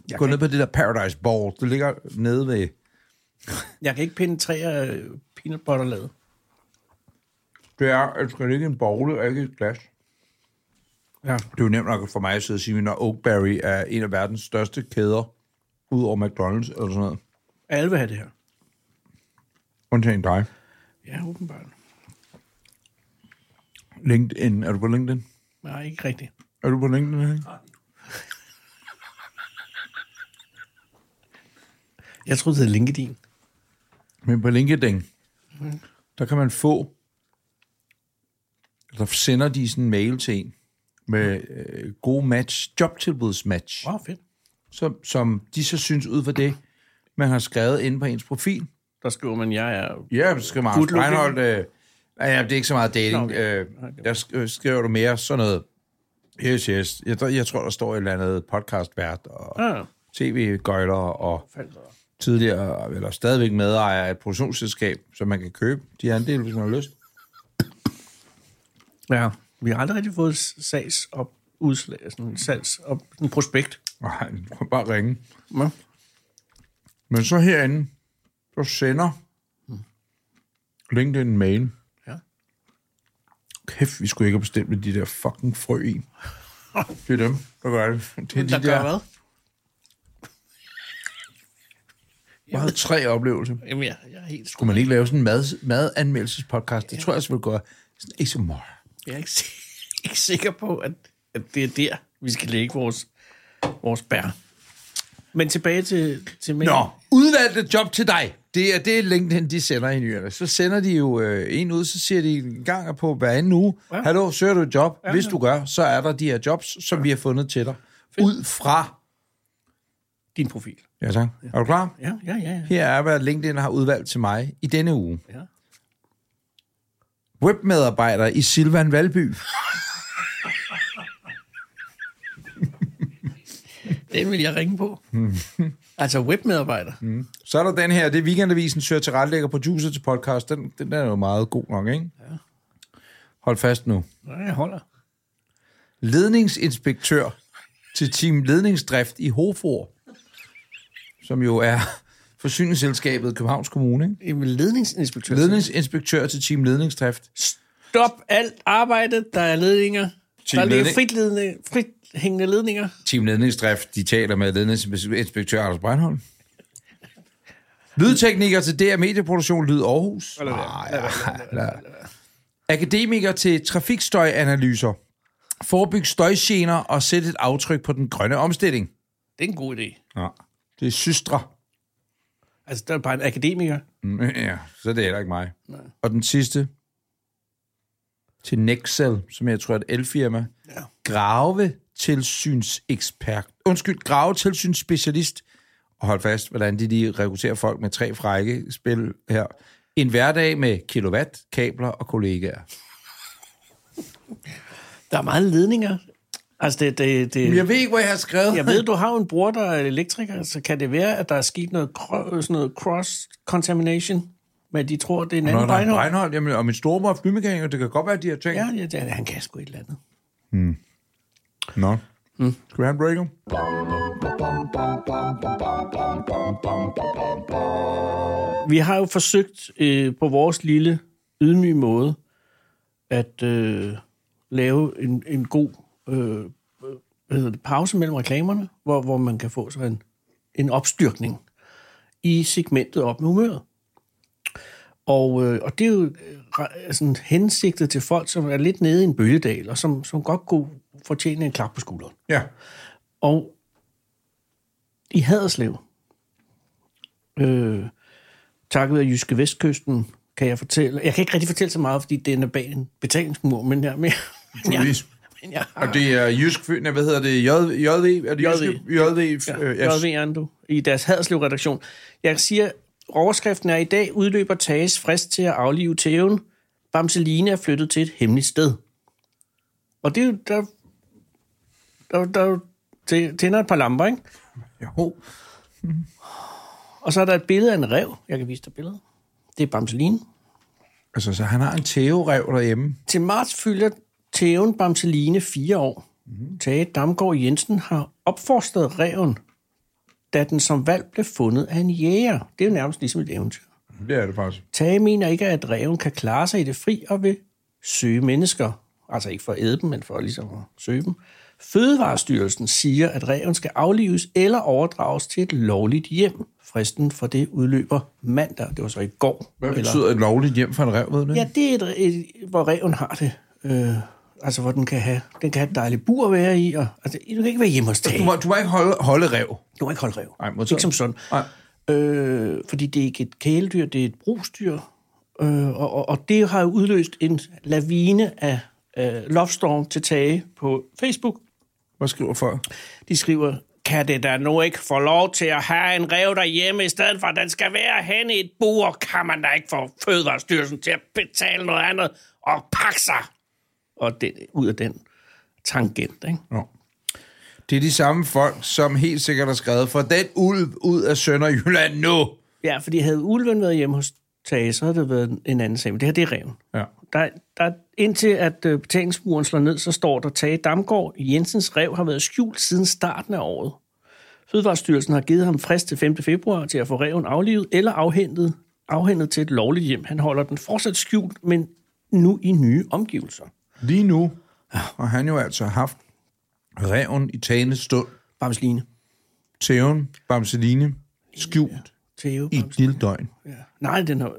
A: jeg gå ned på det der Paradise Ball. Det ligger nede ved...
B: Jeg kan ikke penetrere øh, peanut butter laget.
A: Det er, at skal ligge i en bogle og ikke i et glas.
B: Ja.
A: Det er jo nemt nok for mig at sidde og sige, når Oakberry er en af verdens største kæder, ud over McDonald's eller sådan noget.
B: Alle vil have det her.
A: Undtagen dig.
B: Ja, åbenbart.
A: LinkedIn. Er du på LinkedIn?
B: Nej, ikke rigtigt.
A: Er du på LinkedIn? Henning?
B: Jeg troede, det hed LinkedIn.
A: Men på LinkedIn,
B: Mhm.
A: der kan man få, der sender de sådan en mail til en, med øh, god match, jobtilbudsmatch.
B: Wow, fedt.
A: Som, som de så synes ud fra det, man har skrevet inde på ens profil.
B: Der skriver man, jeg er...
A: Ja, det skal man.
B: Good looking.
A: Reinhold, øh, nej, ja, det er ikke så meget dating.
B: Nå,
A: Okay.
B: okay.
A: Øh, der sk- øh, skriver du mere sådan noget, yes, yes. Jeg, der- jeg tror, der står et eller andet podcastvært og
B: Ja,
A: tv-gøjler og
B: faldt over.
A: tidligere, eller stadigvæk medejer af et produktionsselskab, som man kan købe de andele, hvis man har lyst.
B: ja. Vi har aldrig rigtig fået sags op udslag, sådan en salgs op, en prospekt.
A: Nej, du kan bare ringe.
B: Ja.
A: Men så herinde, så sender LinkedIn en mail.
B: Hmm. Ja.
A: Kæft, vi skulle ikke have bestemt med de der fucking frø i. Det er dem, der gør det. Det er de
B: Der
A: der,
B: gør hvad?
A: Jeg havde tre oplevelser.
B: Jamen, jeg, jeg er helt
A: Skulle man ikke lave sådan en mad, madanmeldelsespodcast? Det tror jeg også ville gøre. Sådan, ikke så meget.
B: Jeg er ikke, si- ikke sikker på, at, at det er der, vi skal lægge vores, vores bær. Men tilbage til... til mail.
A: Nå, udvalgte job til dig. Det er det, LinkedIn de sender i nyerne. Så sender de jo øh, en ud, så siger de en gang på hver anden uge, ja. hallo, søger du et job? Ja, Hvis du gør, så er der de her jobs, som ja. vi har fundet til dig. Ud fra...
B: Din profil.
A: Ja, tak. Er du klar?
B: Ja, ja, ja. ja.
A: Her er, hvad LinkedIn har udvalgt til mig i denne uge.
B: Ja.
A: Webmedarbejder i Silvan Valby.
B: Den vil jeg ringe på. altså webmedarbejder.
A: Mm. Så er der den her, det er Weekendavisen, søger til retlægger producer til podcast. Den, den er jo meget god nok, ikke? Ja. Hold fast nu.
B: Nej, jeg holder.
A: ledningsinspektør til Team Ledningsdrift i Hofor, som jo er forsyningsselskabet i Københavns Kommune. Ikke?
B: Jamen, ledningsinspektør.
A: Ledningsinspektør til Team Ledningsdrift.
B: Stop alt arbejdet, der er ledninger.
A: Team
B: der ligger
A: ledning.
B: fritledende, frithængende ledninger.
A: Team Ledningsdrift, de taler med ledningsinspektør Anders Breinholm. Lydtekniker til DR Medieproduktion Lyd Aarhus. Ah, ja, ja. Akademiker til trafikstøjanalyser. Forebyg støjgener og sæt et aftryk på den grønne omstilling.
B: Det er en god idé.
A: Ja. Det er søstre.
B: Altså, der er bare en akademiker.
A: Mm, Ja, så er det er heller ikke mig. Nej. Og den sidste, til Nexel, som jeg tror er et elfirma. Ja. Gravetilsynsekspert. Undskyld, gravetilsynsspecialist. Og hold fast, hvordan de lige rekrutterer folk med tre frække spil her. En hverdag med kilowatt, kabler og kollegaer.
B: Der er meget ledninger. Altså, det, det, det,
A: Jeg ved ikke, hvor jeg har skrevet.
B: Jeg ved, du har jo en bror, der er elektriker, så kan det være, at der er sket noget, kro- sådan noget cross-contamination, men de tror, det er en
A: Nå,
B: anden
A: der er
B: Breinholt.
A: Breinholt, jamen, og min storebror er flymekaniker, det kan godt være, de har tænkt.
B: Ja,
A: Ja.
B: ja, det, han kan sgu et eller andet.
A: Nå. Mm. Skal vi have en breaker?
B: Vi har jo forsøgt øh, på vores lille, ydmyge måde at øh, lave en, en god øh, øh, hvad hedder det, pause mellem reklamerne, hvor, hvor man kan få sig en, en opstyrkning i segmentet op med humøret. Og, øh, og det er jo øh, re- sådan hensigtet til folk, som er lidt nede i en bølgedal, og som, som godt kunne fortjene en klap på skulderen.
A: Ja.
B: Og i Haderslev, øh, takket være Jyske Vestkysten, kan jeg fortælle... Jeg kan ikke rigtig fortælle så meget, fordi den er bag en betalingsmur, men jeg, men, jeg,
A: Louise.
B: men jeg
A: Og
B: har
A: det er Jysk Fyn, nej, hvad hedder det? J, JV? Er det
B: JV.
A: Jyske- JV?
B: ja,
A: øh, ja,
B: JV Ando, i deres Haderslev-redaktion. Jeg siger, overskriften er i dag udløber Tages frist til at aflive tæven. Bamseline er flyttet til et hemmeligt sted. Og det er jo... Der, der, der, der tænder et par lamper, ikke?
A: Jo.
B: Og så er der et billede af en rev. Jeg kan vise dig billedet. Det er Bamseline.
A: Altså, så han har en tæverev derhjemme.
B: Til marts fylder Tæven Bamseline fire år. Mm-hmm. Tage Damgaard Jensen har opforstået reven, da den som valg blev fundet af en jæger. Det er jo nærmest ligesom et eventyr.
A: Det er det faktisk.
B: Tage mener ikke, at reven kan klare sig i det fri og vil søge mennesker. altså ikke for at æde dem, men for ligesom at søge dem. Fødevarestyrelsen siger, at reven skal aflives eller overdrages til et lovligt hjem. Fristen for det udløber mandag. Det var så i går.
A: Hvad betyder et lovligt hjem for en rev, ved du det?
B: Ja, det er et, et, hvor reven har det. Øh, altså, hvor den kan have, den kan have et dejligt bur at være i. Og, altså, du kan ikke være hjemme hos
A: Du
B: tage.
A: må, du må ikke holde, holde rev.
B: Du må ikke holde rev.
A: Nej,
B: Ikke som sådan. Øh, fordi det er ikke et kæledyr, det er et brugsdyr. Øh, og, og, og det har jo udløst en lavine af øh, love storm til tage på Facebook.
A: Hvad skriver folk?
B: De skriver, kan det da nu ikke få lov til at have en rev derhjemme, i stedet for at den skal være henne i et bur, kan man da ikke få Fødevarestyrelsen til at betale noget andet og pakke sig. Og det, ud af den tangent, ikke?
A: Det er de samme folk, som helt sikkert har skrevet, for den ulv ud af Sønderjylland nu.
B: Ja, fordi havde ulven været hjemme hos Tage, så havde det været en anden sag. Men det her, det er reven.
A: Ja.
B: Der, der, indtil at øh, betalingsmuren slår ned, så står der Tage Damgaard. Jensens rev har været skjult siden starten af året. Fødevarestyrelsen har givet ham frist til 5. februar til at få reven aflivet eller afhentet, afhentet til et lovligt hjem. Han holder den fortsat skjult, men nu i nye omgivelser.
A: Lige nu har han jo altså haft reven i tagende stund.
B: Bamseline.
A: Tæven, Bamseline, skjult
B: Theo,
A: i et lille døgn.
B: Nej, den har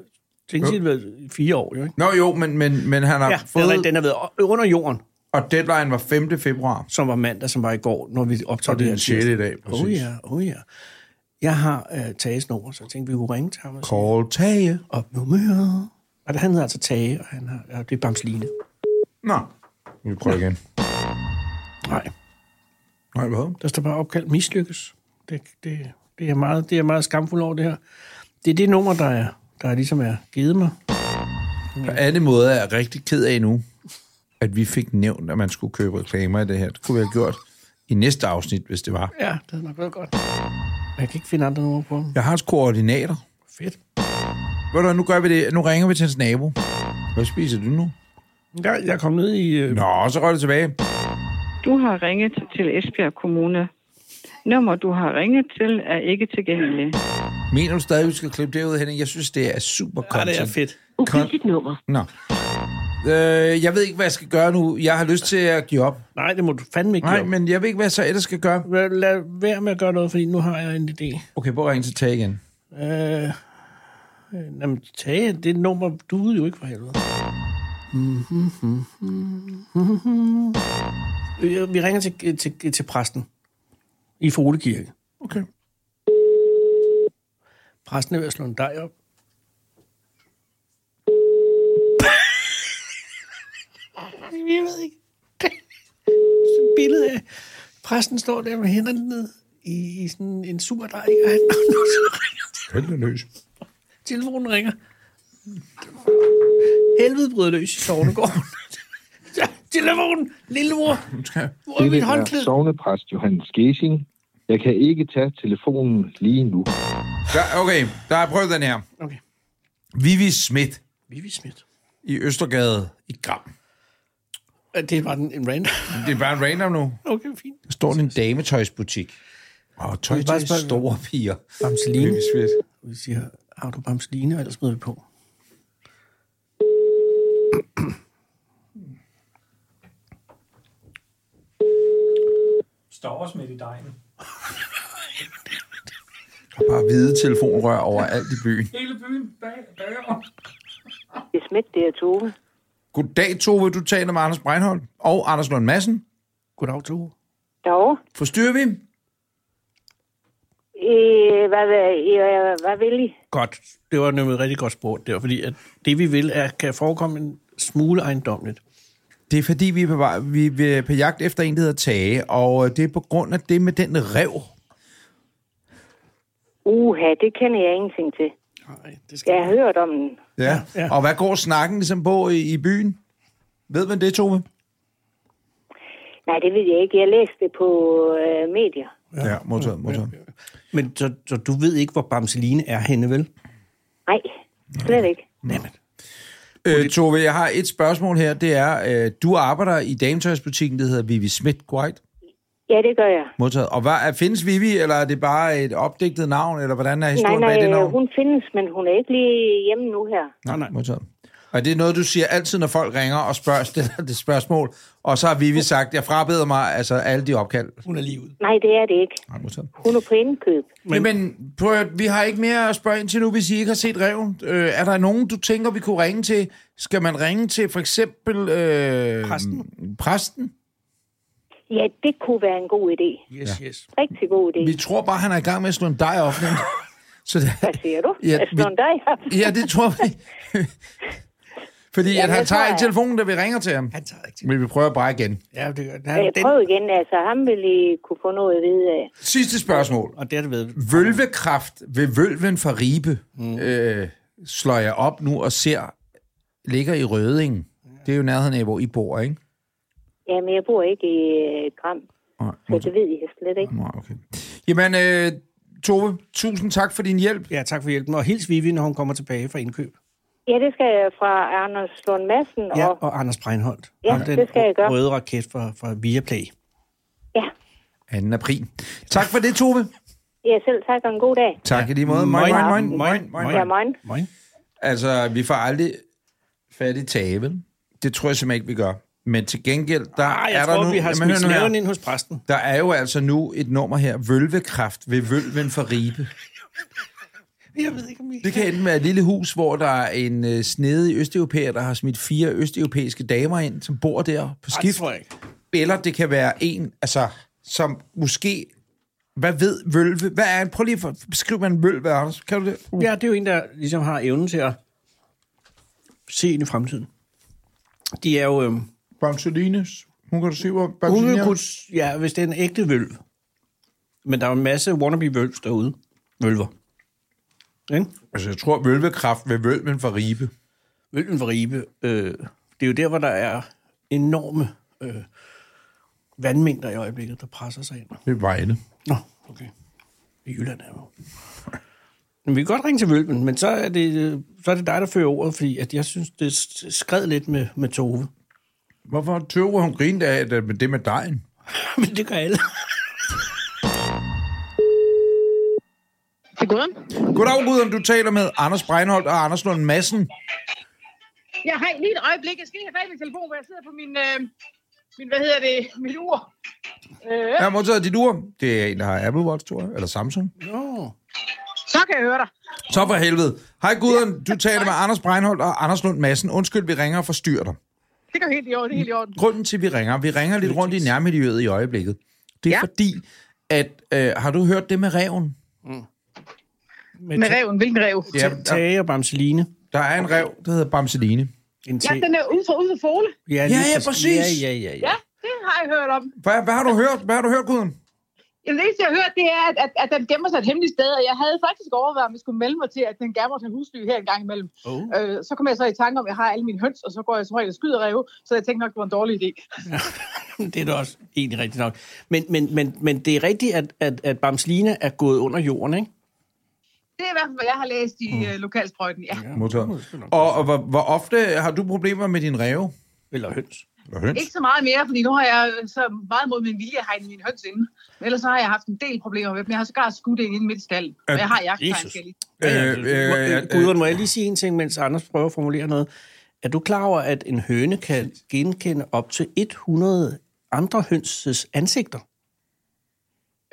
B: tænkt set været i fire år, jo ikke?
A: Nå jo, men, men, men han har
B: Ja,
A: ja,
B: fået...
A: fået...
B: den har været under jorden,
A: Og deadline var 5. februar.
B: som var mandag, som var i går, når vi
A: Så
B: optog
A: det er den
B: her
A: 6.
B: tirsdag.
A: i dag, præcis.
B: Åh oh ja, åh oh ja. Jeg har øh, Tages nummer, så jeg tænkte, vi kunne ringe til ham og sige,
A: Call Tage.
B: op nummer. Og det, han hedder altså Tage, og han har, ja, det er Bamsline.
A: Nå, vi prøver igen.
B: Nej,
A: Nej, hvad?
B: der står bare opkald mislykkes. Det, det, det, er meget, det er meget skamfuldt over det her. Det er det nummer, der er, der er ligesom er givet mig.
A: På anden måde er jeg rigtig ked af nu, at vi fik nævnt, at man skulle købe reklamer i det her. Det kunne vi have gjort i næste afsnit, hvis det var.
B: Ja, det er nok været godt. Jeg kan ikke finde andre numre på ham.
A: Jeg har hans koordinater.
B: Fedt.
A: Ved du, hvad, nu gør vi det. Nu ringer vi til hans nabo. Hvad spiser du nu?
B: Jeg, jeg kom ned i... Øh,
A: Nå, så røg det tilbage.
L: Du har ringet til Esbjerg Kommune. Nummer, du har ringet til, er ikke tilgængelig.
A: Mener du stadig, at vi skal klippe det ud, Henning? Jeg synes, det er super
B: ja,
A: content.
B: det er fedt.
A: Kon-
L: nummer.
A: Nå. Øh, jeg ved ikke, hvad jeg skal gøre nu. Jeg har lyst til at give op.
B: Nej, det må du fandme ikke
A: Nej,
B: gøre.
A: men jeg ved ikke, hvad jeg så ellers skal gøre.
B: Lad, lad være med at gøre noget, fordi nu har jeg en idé.
A: Okay, prøv at ringe til Tage igen.
B: Øh, øh, jamen, Tage, det nummer, du ved jo ikke for helvede. Øh, Vi ringer til, til, til præsten i Fole Kirke.
A: Okay.
B: Præsten er ved at slå en dej op. Jeg ved ikke. Det er sådan et billede af, præsten står der med hænderne ned i, i sådan en superdej, og han, nu så ringer
A: Heldig løs.
B: Telefonen ringer. Helvede bryder løs i sovnegården. Telefonen! Lillemor! Hvor er mit håndklæde?
M: sovnepræst Johannes Gesing. Jeg kan ikke tage telefonen lige nu.
A: Der, okay, der er prøvet den her.
B: Okay.
A: Vivi Schmidt
B: Vivi Schmidt.
A: i Østergade i Gram.
B: Øh, Det var den, en random.
A: Det er bare en random nu.
B: Okay, fint.
A: Der står Altså, en dametøjsbutik. Og tøj
B: bare
A: til
B: spørge-
A: store piger.
B: Bamseline.
A: Vivi Schmidt.
B: Vi siger, har du bamseline, og ellers smider vi på.
C: Står også midt i dejen.
A: Der er bare hvide telefonrør overalt i byen.
C: Hele byen bag, bager.
N: Det er Smidt, det er Tove.
A: Goddag, Tove. Du taler med Anders Breinholt og Anders Lund Madsen.
B: Goddag, Tove.
N: Jo.
A: Forstyrrer vi?
N: Øh, hvad, hvad, øh, hvad vil I?
B: Godt. Det var nemlig et rigtig godt spurgt der, fordi at det, vi vil, er, kan forekomme en smule ejendomligt.
A: Det er fordi, vi er på, vej, vi vi er på jagt efter en, der hedder Tage, og øh, det er på grund af det med den rev.
N: Uha, det kender jeg ingenting til.
B: Nej, det
N: Jeg har hørt om den.
A: Ja. ja. Og hvad går snakken ligesom på i, i byen? Ved man det, Tove?
N: Nej, det ved jeg ikke. Jeg læste det på øh, medier.
A: Ja, ja modtaget, modtaget.
B: Men så, så du ved ikke, hvor bamseline er henne, vel?
N: Nej, slet ikke.
A: Øh, Tove, jeg har et spørgsmål her. Det er, øh, du arbejder i dametøjsbutikken, der hedder Vivi Smith White.
N: Ja, det gør jeg.
A: Modtaget. Og hvad, er, findes Vivi, eller er det bare et opdigtet navn, eller hvordan er
N: Nej, øh,
A: historien bag det
N: nej,
A: navn?
N: hun findes, men hun er ikke lige hjemme nu her.
A: Nej, nej. Modtaget. Og det er noget, du siger altid, når folk ringer og spørger stiller det spørgsmål. Og så har Vivi sagt, jeg frabeder mig altså alle de opkald.
B: Hun er lige ud.
N: Nej, det er det ikke.
A: Nej, modtaget.
N: Hun er på indkøb.
A: Men, men prøv, at- vi har ikke mere at spørge ind til nu, hvis I ikke har set Reven. Øh, er der nogen, du tænker, vi kunne ringe til? Skal man ringe til for eksempel... Øh, præsten. Præsten?
N: Ja, det kunne være en god idé.
B: Yes, ja. yes.
N: Rigtig god idé.
A: Vi tror bare, han er i gang med at slå en dej op nu. Så det,
N: Hvad siger du?
A: Ja,
N: Altså, Ja, jeg slår
A: vi-
N: en døj op.
A: ja, det tror vi. Fordi
N: Ja,
A: ja, at han
N: det tror
A: tager ikke
N: jeg.
A: telefonen, da vi ringer til ham.
B: Han tager ikke
A: Men vi prøver bare igen.
B: Ja, det gør
N: Ja,
B: den.
N: prøv igen, altså. Ham vil I kunne få noget at vide af.
A: Sidste spørgsmål.
B: Og det er det ved.
A: Vølvekraft ved Vølven fra Ribe mm. øh, slår jeg op nu og ser, ligger i Røding. Det er jo nærheden af, hvor I bor, ikke?
N: Jamen, jeg bor ikke i øh, Gram,
A: Nej,
N: så det ved jeg slet ikke.
A: nej, okay. Jamen, øh, Tove, tusind tak for din hjælp.
B: Ja, tak for hjælpen. Og hils Vivi, når hun kommer tilbage fra indkøb.
N: Ja, det skal jeg fra Anders Lund Madsen,
B: Ja,
N: og
B: og Anders Breinholt.
N: Ja,
B: Om den
N: det skal jeg gøre.
B: røde raket fra, fra Viaplay.
A: 2. april. Tak for det, Tove.
N: ja, selv tak, og en god dag.
A: Tak ja. i lige måde. Moin, moin, moin, moin, moin.
N: Ja, moin.
B: moin.
A: Altså, vi får aldrig fat i taben. Det tror jeg simpelthen ikke, vi gør. Men til gengæld, der
B: Ej, Ah, jeg
A: er
B: er tror,
A: der nu...
B: vi har
A: Jamen, hør
B: smidt
A: nu her.
B: snæveren ind hos præsten.
A: Der er jo altså nu et nummer her, Vølvekraft ved Vølven for Ribe.
B: Jeg ved ikke, om I...
A: Det kan enten være et lille hus, hvor der er en øh, snedig østeuropæer, der har smidt fire østeuropæiske damer ind, som bor der på
B: Ej,
A: skift.
B: det tror jeg ikke.
A: Eller det kan være en, altså, som måske... Hvad ved Vølve? Hvad er en... Prøv lige at beskrive, hvad en Vølve er, Anders. Kan du det?
B: Ja, det er jo en, der ligesom har evnen til at se ind i fremtiden. De er jo... Øhm,
A: Bamselines. Hun kan du se, hvor
B: hun vil
A: Bamselines
B: kunne, ja, hvis det er en ægte vølv. Men der er jo en masse wannabe-vølvs derude. Vølver. Ikke?
A: Altså, jeg tror, Vølvekraft ved Vølven for Ribe.
B: Vølven for Ribe, øh, det er jo der, hvor der er enorme øh, vandmængder i øjeblikket, der presser sig ind.
A: Det er Vejle.
B: Nå, okay. I Jylland er jo. Men vi kan godt ringe til Vølven, men så er det, øh, så er det dig, der fører ordet, fordi at jeg synes, det s- skred lidt med, med Tove.
A: Hvorfor tøver hun grinte af det øh, med, det med dejen?
B: men det gør alle.
O: Til Gudrun?
A: Goddag, Gudrun. Du taler med Anders Breinholt og Anders Lund Madsen.
O: Jeg har lige et øjeblik. Jeg skal lige have fat i min telefon, hvor jeg sidder på min, øh, min hvad hedder det, mit ur. Øh,
A: Jeg har modtaget dit ur. Det er en, der har Apple Watch, tror jeg. Eller Samsung.
B: Nå.
O: Så kan jeg høre dig.
A: Så for helvede. Hej, Gudrun. Du taler med Anders Breinholt og Anders Lund Madsen. Undskyld, vi ringer og forstyrrer dig.
O: Det går helt i orden, helt i orden.
A: Grunden til, at vi ringer, vi ringer lidt rundt i nærmiljøet i øjeblikket. Det er ja. fordi, at... Øh, har du hørt det med reven?
B: Med,
O: Med reven, hvilken rev?
A: Ja,
B: ta- Tage og Bamseline.
A: Der er en rev, der hedder Bamseline.
B: En
O: Ja, den er ude for, ude for Fole.
A: Ja, lige ja, præcis. præcis.
B: Ja, ja, ja, ja.
O: Ja, det har jeg hørt om.
A: Hvad, hvad har du hørt? Hvad har du hørt, Gudrun?
O: Jamen, Det eneste, jeg har hørt, det er, at, at, at den gemmer sig et hemmeligt sted, og jeg havde faktisk overvejet, om jeg skulle melde mig til, at den gemmer sig en husly her en gang imellem.
B: Oh.
O: Øh, så kom jeg så i tanke om, at jeg har alle mine høns, og så går jeg så højt og skyder ræve, så jeg tænkte nok, det var en dårlig idé.
B: Det er da også egentlig rigtigt nok. Men, men, men, men det er rigtigt, at, at, at Bamseline er gået under jorden, ikke?
O: Det er i hvert fald, hvad jeg har læst i øh, lokalsprøjten, ja.
A: Modtaget. Og, og hvor, hvor ofte har du problemer med din ræve?
B: Eller høns.
A: Eller høns?
O: Ikke så meget mere, fordi nu har jeg øh, så meget mod min vilje hegnet mine høns inde. Men ellers så har jeg haft en del problemer med dem. Jeg har sågar skudt en inde midt i stallen, og jeg har jagttegn,
B: Jesus.
O: skal jeg lige-
A: Øh,
B: Øh,
A: øh,
B: øh, Gudrun, må jeg lige sige en ting, mens Anders prøver at formulere noget? Er du klar over, at en høne kan genkende op til 100 andre hønses ansigter?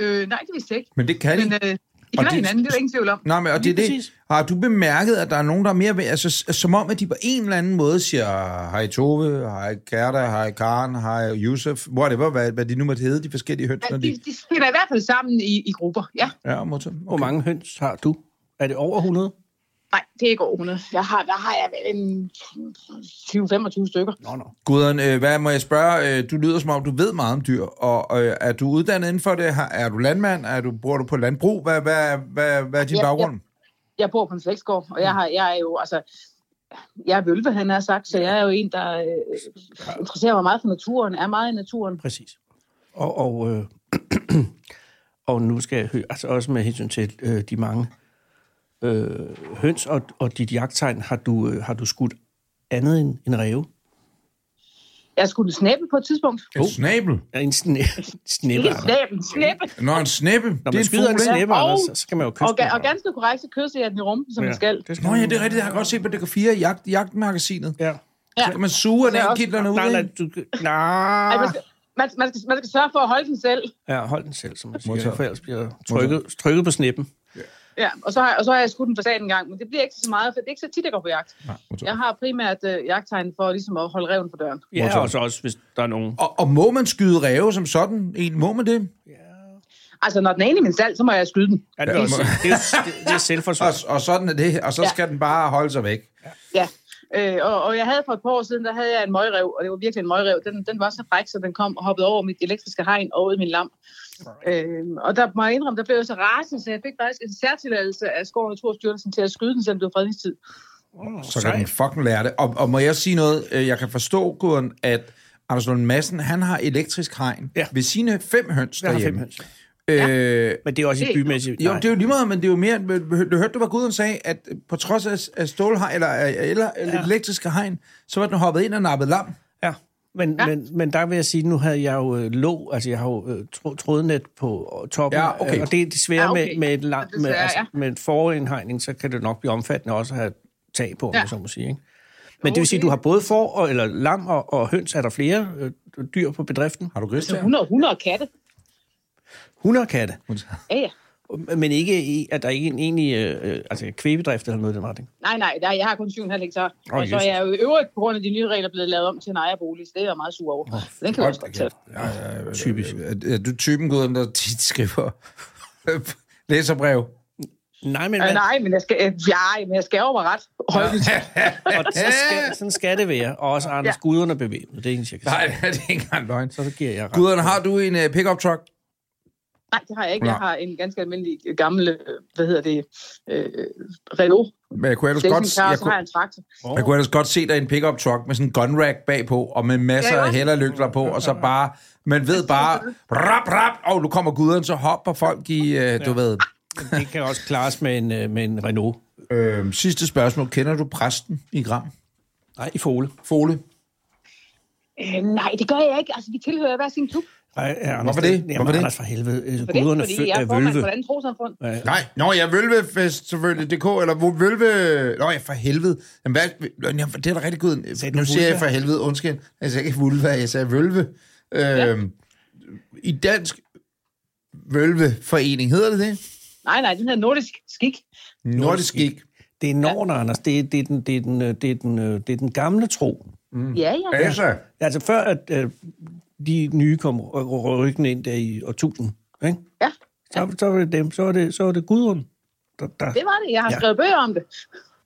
O: Øh, nej, det vidste jeg ikke.
A: Men det kan de.
O: Men, øh, I
A: Og
O: kender
A: det-
O: hinanden, det er der ingen tvivl om.
A: Nej, men og det er det. Har du bemærket, at der er nogen, der er mere... ved- Altså, s- som om, at de på en eller anden måde siger, hej Tove, hej Gerda, hej Karen, hej Yusuf, whatever, hvad, hvad de nu måtte hedde, de forskellige høns, når
O: De,
A: de...
O: de spiller i hvert fald sammen i, i grupper, ja.
A: Ja, modtaget.
B: Hvor mange høns har du? Er det over 100?
O: Nej, det er ikke over 100. Jeg har, der har jeg vel en 20-25 stykker.
B: Nå, nå.
A: Gudrun, øh, hvad må jeg spørge? Øh, Du lyder som om, du ved meget om dyr, og øh, er du uddannet inden for det? Har- Er du landmand? Er du, bor du på landbrug? Hvad, hvad, hvad, hvad er din
O: Ja,
A: baggrund?
O: Jeg bor på en flæksgård, og jeg, har, jeg er jo, altså, jeg er vølve, han har sagt, så jeg er jo en, der øh, interesserer mig meget for naturen, er meget i naturen.
B: Præcis. Og, og, øh, og nu skal jeg høre, altså også med hensyn til øh, de mange øh, høns og, og dit jagttegn, har du, øh, har du skudt andet end en ræve?
O: Jeg skulle en snæppe på et tidspunkt.
A: En snabel?
B: Ja, en snæppe.
O: Ikke en snæppe, en snæppe.
A: Nå, en snæppe.
B: Når
A: det er
B: man
A: en
B: skyder en
A: fugl, ikke?
B: snæppe, Anders, så skal man jo kysse
O: Og,
B: okay,
O: ga- og ganske korrekt, så kysser jeg den i rumpen, som ja.
A: Ja.
O: den skal.
A: Nå ja, det er rigtigt. Jeg har godt set på DK4 i jagt, jagtmagasinet.
B: Ja.
O: Ja.
A: Så kan man suge
O: Det er
A: af
O: også-
A: kitlerne ud.
B: Nej, nej,
A: ikke?
B: du... Nej.
O: Ej, man, skal, man, man, skal, man skal sørge for at holde den selv.
B: Ja, hold den selv, som man siger,
A: Modtaget.
B: for ellers bliver jeg trykket, trykket på snippen.
O: Ja, og så har, og så har jeg skudt en fasad en gang, men det bliver ikke så meget, for det er ikke så tit, jeg går på jagt.
A: Nej,
O: Jeg har primært øh, jagttegn for ligesom at holde reven for døren.
B: Ja, og så også, hvis der er nogen...
A: Og, og må man skyde ræve som sådan? En, må man det?
O: Altså, når den er inde i min sal, så må jeg skyde den.
B: Ja, det, er også, det, er, det, det er selvforsvar.
A: Og, og sådan er det. Og så
O: Ja.
A: skal den bare holde sig væk.
O: Ja, øh, og, og jeg havde for et par år siden, der havde jeg en møgrev, og det var virkelig en møgrev. Den, den var så fræk, så den kom og hoppede over mit elektriske hegn og ud i min lam. Øh, og der må jeg indrømme, der blev jeg så rasende, så jeg fik faktisk en særtilladelse af Skov og Naturstyrelsen til at skyde den, selvom det var fredningstid.
A: Så kan den fucking lære det. Og, og må jeg sige noget? Øh, Jeg kan forstå, Gudrun, at Anders Lund Madsen, han har elektrisk hegn ja. ved sine fem høns
B: Jeg har fem
A: derhjemme.
B: høns.
A: Øh,
B: Men det er også i
A: Det-
B: bymæssigt.
A: jo,
B: nej.
A: det er jo lige meget, men det er jo mere... Du hørte, du hvad Gudrun sagde, at på trods af, af stålhegn, eller, eller, eller
B: Ja.
A: ja. elektriske hegn, så var den hoppet ind og nappet lam.
B: Ja, men, ja. Men, men der vil jeg sige, nu havde jeg jo øh, låg, altså jeg har jo øh, tro, trådnet på øh, toppen,
A: Ja, okay.
B: øh, og det er det svære
A: Ja,
B: ja,
A: okay.
B: okay. med, med, et lang,
A: Det er
B: med,
A: svære,
B: altså,
A: ja.
B: med en forindhegning, så kan det nok blive omfattende også at have tag på,
A: Ja.
B: ja. så må sige. Ikke? Men det vil sige, at du har både får, og, eller lam og, og høns, er der flere øh, dyr på bedriften?
A: Har du gris
O: Så 100, 100 katte.
B: 100 katte,
O: Ja, ja.
B: men ikke, i- er der ikke en egentlig øh, øh, altså, kvæbedrift eller noget i den retning?
O: Nej, nej, der, jeg har kun 7,5 hektar.
B: Åh,
O: og så er
B: Jesus.
O: jeg jo i øvrigt på grund af de nye regler blevet lavet om til en ejerbolig, så det er jeg meget sur over. Oh, den kan jeg også godt tage.
A: Typisk. Er, Øh, er du typen, Gudrun, der tit skriver læserbrev?
B: Nej, men...
O: Men, øh, nej, men jeg skal, øh, ja, men jeg skal over mig ret. Hold ja.
B: og så skal, sådan skal det være. Og også Anders ja. Guderne bevæbnet. Det er ikke en cirka.
A: Nej, det er ikke engang løgn.
B: Så giver jeg ret.
A: Gudrun, har du en uh, pickup truck?
O: Nej, det har jeg ikke. Jeg
A: Nej.
O: har en ganske almindelig øh, gammel, øh, hvad hedder det, øh, Renault.
A: Men jeg kunne ellers
O: Station
A: godt... Jeg
O: Car, så har jeg
A: kunne,
O: en traktor.
A: jeg kunne ellers godt se dig i en pickup truck med sådan en gun rack bagpå, og med masser
O: Ja,
A: af
O: ja.
A: hellerlygter på, og så bare... Man ved bare... Rap, rap, og nu kommer Gudrun, så hopper folk i... Uh, du
B: Ja.
A: ved...
B: Det kan også klares med en, øh, med en Renault.
A: Øhm, sidste spørgsmål. Kender du præsten i Gram?
B: Nej, i Fole.
A: Fole?
O: Øh, nej, det gør jeg ikke. Altså, vi tilhører hver sin klub.
B: Nej, ja, Anders,
A: Hvorfor det?
B: Jamen,
A: Hvorfor det?
B: Anders for helvede. Øh,
O: For det,
B: Guderne
O: fordi
B: født
O: jeg er
B: af
O: formand for
B: vølve.
O: et andet trosamfund.
B: Ja.
A: Nej, nå, jeg Vølvefest selvfølgelig, DK, eller hvor Vølve... Nå, jeg for helvede. Jamen, hvad, jamen, det er da rigtig godt. Nu
B: du
A: siger jeg
B: vulva?
A: for helvede, undskyld. Jeg sagde ikke vulva, jeg sagde Vølve. Øhm, I dansk Vølveforening, hedder det det?
O: Nej, nej, den hedder nordisk skik.
A: Nordisk skik.
B: Det er Norden, Anders. Det er, det, er den, det, er den, øh, det, er den, øh, det er den gamle tro.
O: Ja, ja.
A: Altså,
B: Altså før, at øh, de nye kom r- r- rykken ind der i årtusind. Ikke?
O: Ja.
B: Så, så var det dem. Så var det, så var det Gudrun. Der, der,
O: Det var det. Jeg har
B: Ja.
O: skrevet bøger om det.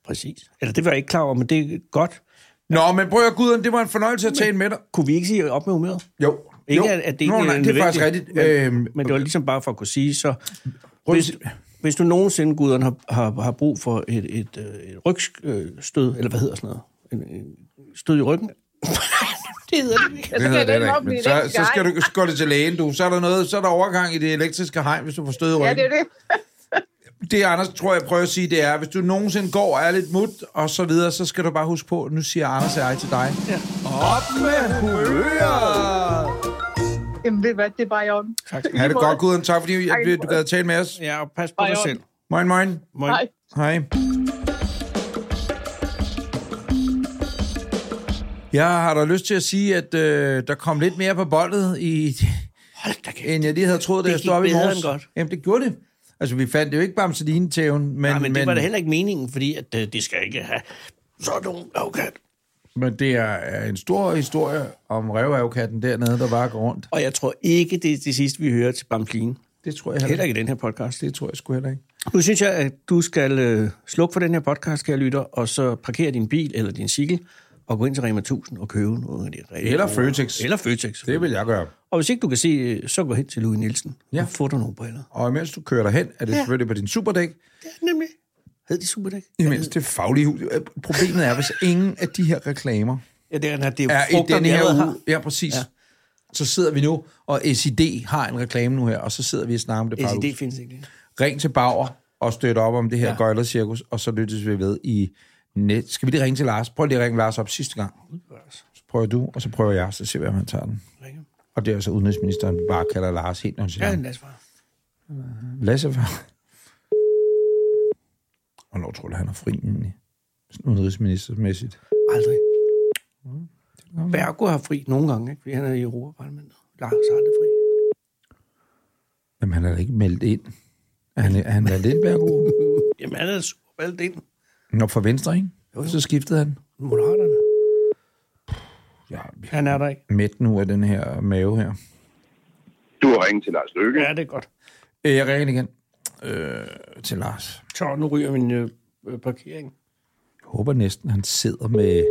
B: præcis. Eller det var jeg ikke klar over, men det er godt.
A: Nå, men prøv at guden, det var en fornøjelse at tale med dig.
B: Kunne vi ikke sige op med humøret?
A: Jo.
B: Ikke,
A: jo.
B: at, at det ikke
A: Nå, nej, det er faktisk rigtigt.
B: Men,
A: Øhm,
B: men det var ligesom bare for at kunne sige, så... Hvis, hvis du nogensinde, guderne, har, har, har brug for et, et, øh, et rygstød, eller hvad hedder sådan noget? En, en stød i ryggen? det hedder det ikke.
A: Det
O: Jeg skal
A: hedder det
O: den
A: heller
O: op
A: ikke,
O: i
A: men
O: et
A: så,
O: enkelt
A: så skal
O: grej.
A: du gå det til lægen, du. Så er der, noget, så er der overgang i det elektriske hegn, hvis du får stød i
O: Ja,
A: ryggen.
O: det er det.
A: det, Anders tror, jeg prøver at sige, det er, hvis du nogensinde går og er lidt mut og så videre, så skal du bare huske på, nu siger Anders og jeg til dig. Ja. Op med humøret!
O: Jamen, ved du hvad, det er bare i orden.
A: Ha' det godt, Guden. Tak fordi
O: Tak, i lige
A: at, du gad at tale med os.
B: Ja, og pas på
O: Ej,
B: dig
O: jo.
B: selv.
A: Moin, moin.
B: Moin.
O: Hej.
A: Hej. Jeg har da lyst til at sige, at øh, der kom lidt mere på boldet, i, end jeg lige havde troet, da
B: Det
A: jeg
B: gik
A: stod op i
B: bedre
A: morges.
B: end godt.
A: Jamen, det gjorde det. Altså, vi fandt jo ikke Bamseline-tæven, men,
B: Nej, men, det var da heller ikke meningen, fordi at, øh, det skal ikke have sådan nogen afkat.
A: Men det er- er en stor historie om revavkatten dernede, der bare går rundt.
B: Og jeg tror ikke, det er det sidste, vi hører til Bamplin.
A: Det tror jeg
B: Heller ikke i den her podcast.
A: Det tror jeg sgu heller ikke.
B: Nu synes jeg, at du skal øh, slukke for den her podcast, kære lytter, og så parkere din bil eller din cykel, og gå ind til Rema 1000 og købe noget af det rigtige.
A: Eller Føtex.
B: Eller Føtex.
A: Det vil jeg gøre.
B: Og hvis ikke du kan se, øh, så gå hen til Louis Nielsen.
A: Ja.
B: Ja. Og få dig nogle briller.
A: Og imens du kører derhen, er det
B: Ja.
A: selvfølgelig på din superdæk.
B: Det er nemlig. Hed de Superdæk?
A: Imens det faglige hus. Øh, Problemet er, hvis ingen af de her reklamer
B: Ja, det er, det er,
A: er
B: jo frugter,
A: i den
B: vi allerede
A: her
B: har.
A: uge. Ja, præcis.
B: Ja.
A: Så sidder vi nu, og SID har en reklame nu her, og så sidder vi og snakker om det faglige
B: SID
A: hus.
B: E findes ikke længere.
A: Ring til Bauer og støtte op om det her ja.
B: altså.
A: gøjlercirkus, og så lyttes vi ved i net. Skal vi lige ringe til Lars? Prøv lige at ringe Lars op sidste gang. prøver du, og så prøver jeg, så ser vi, om han tager den. Og det er altså udenrigsministeren, vi bare kalder Lars helt, når han siger,
B: Ja,
A: ja.
B: lad os bare.
A: Lasse var... Hvornår tror du, han er fri egentlig? Sådan udenrigsministermæssigt.
B: Aldrig.
A: Mm,
B: Bergo har fri nogle gange, ikke? fordi han er i Europaparlamentet. Lars har aldrig fri.
A: Jamen, han er da ikke meldt ind. Er han, er han valgt ind, Bergo?
B: Jamen, han er super valgt ind.
A: Nå, for Venstre, ikke? Jo, jo. Så skiftede han.
B: Moderaterne.
A: Ja,
B: han er der ikke.
A: Mæt nu af den her mave her.
E: Du har ringet til Lars Løkke.
B: Ja, det er godt.
A: Øh, Jeg ringer igen øh, til Lars.
B: Så nu ryger min øh, øh, parkering.
A: Jeg håber næsten, han sidder med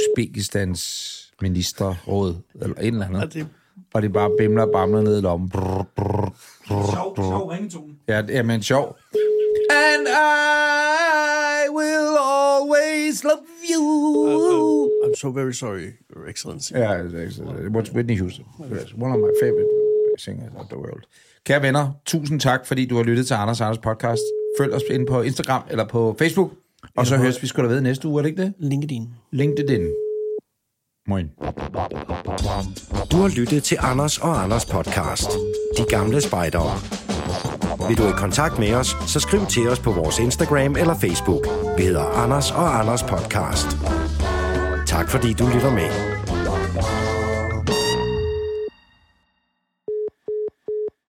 A: Uzbekistans ministerråd, eller et eller andet.
B: Ja, det-
A: Og det bare bimler og bamler ned i lommen. Brr, brr, brr,
C: Sjov, sjov
A: brr.
C: ringetone.
A: Ja, det- jamen sjov.
C: And I will always love you.
B: I'm so very sorry, Your Excellency.
A: Ja, altså, what's Whitney Houston? That's One of my favorite singers of the world. Kære venner, tusind tak, fordi du har lyttet til Anders og Anders podcast. Følg os ind på Instagram eller på Facebook. Og så høres vi sgu da ved næste uge, er det ikke det?
B: LinkedIn.
A: LinkedIn. Moin.
D: Du har lyttet til Anders og Anders podcast. De gamle spejdere. Vil du i kontakt med os, så skriv til os på vores Instagram eller Facebook. Vi hedder Anders og Anders podcast. Tak fordi du lytter med.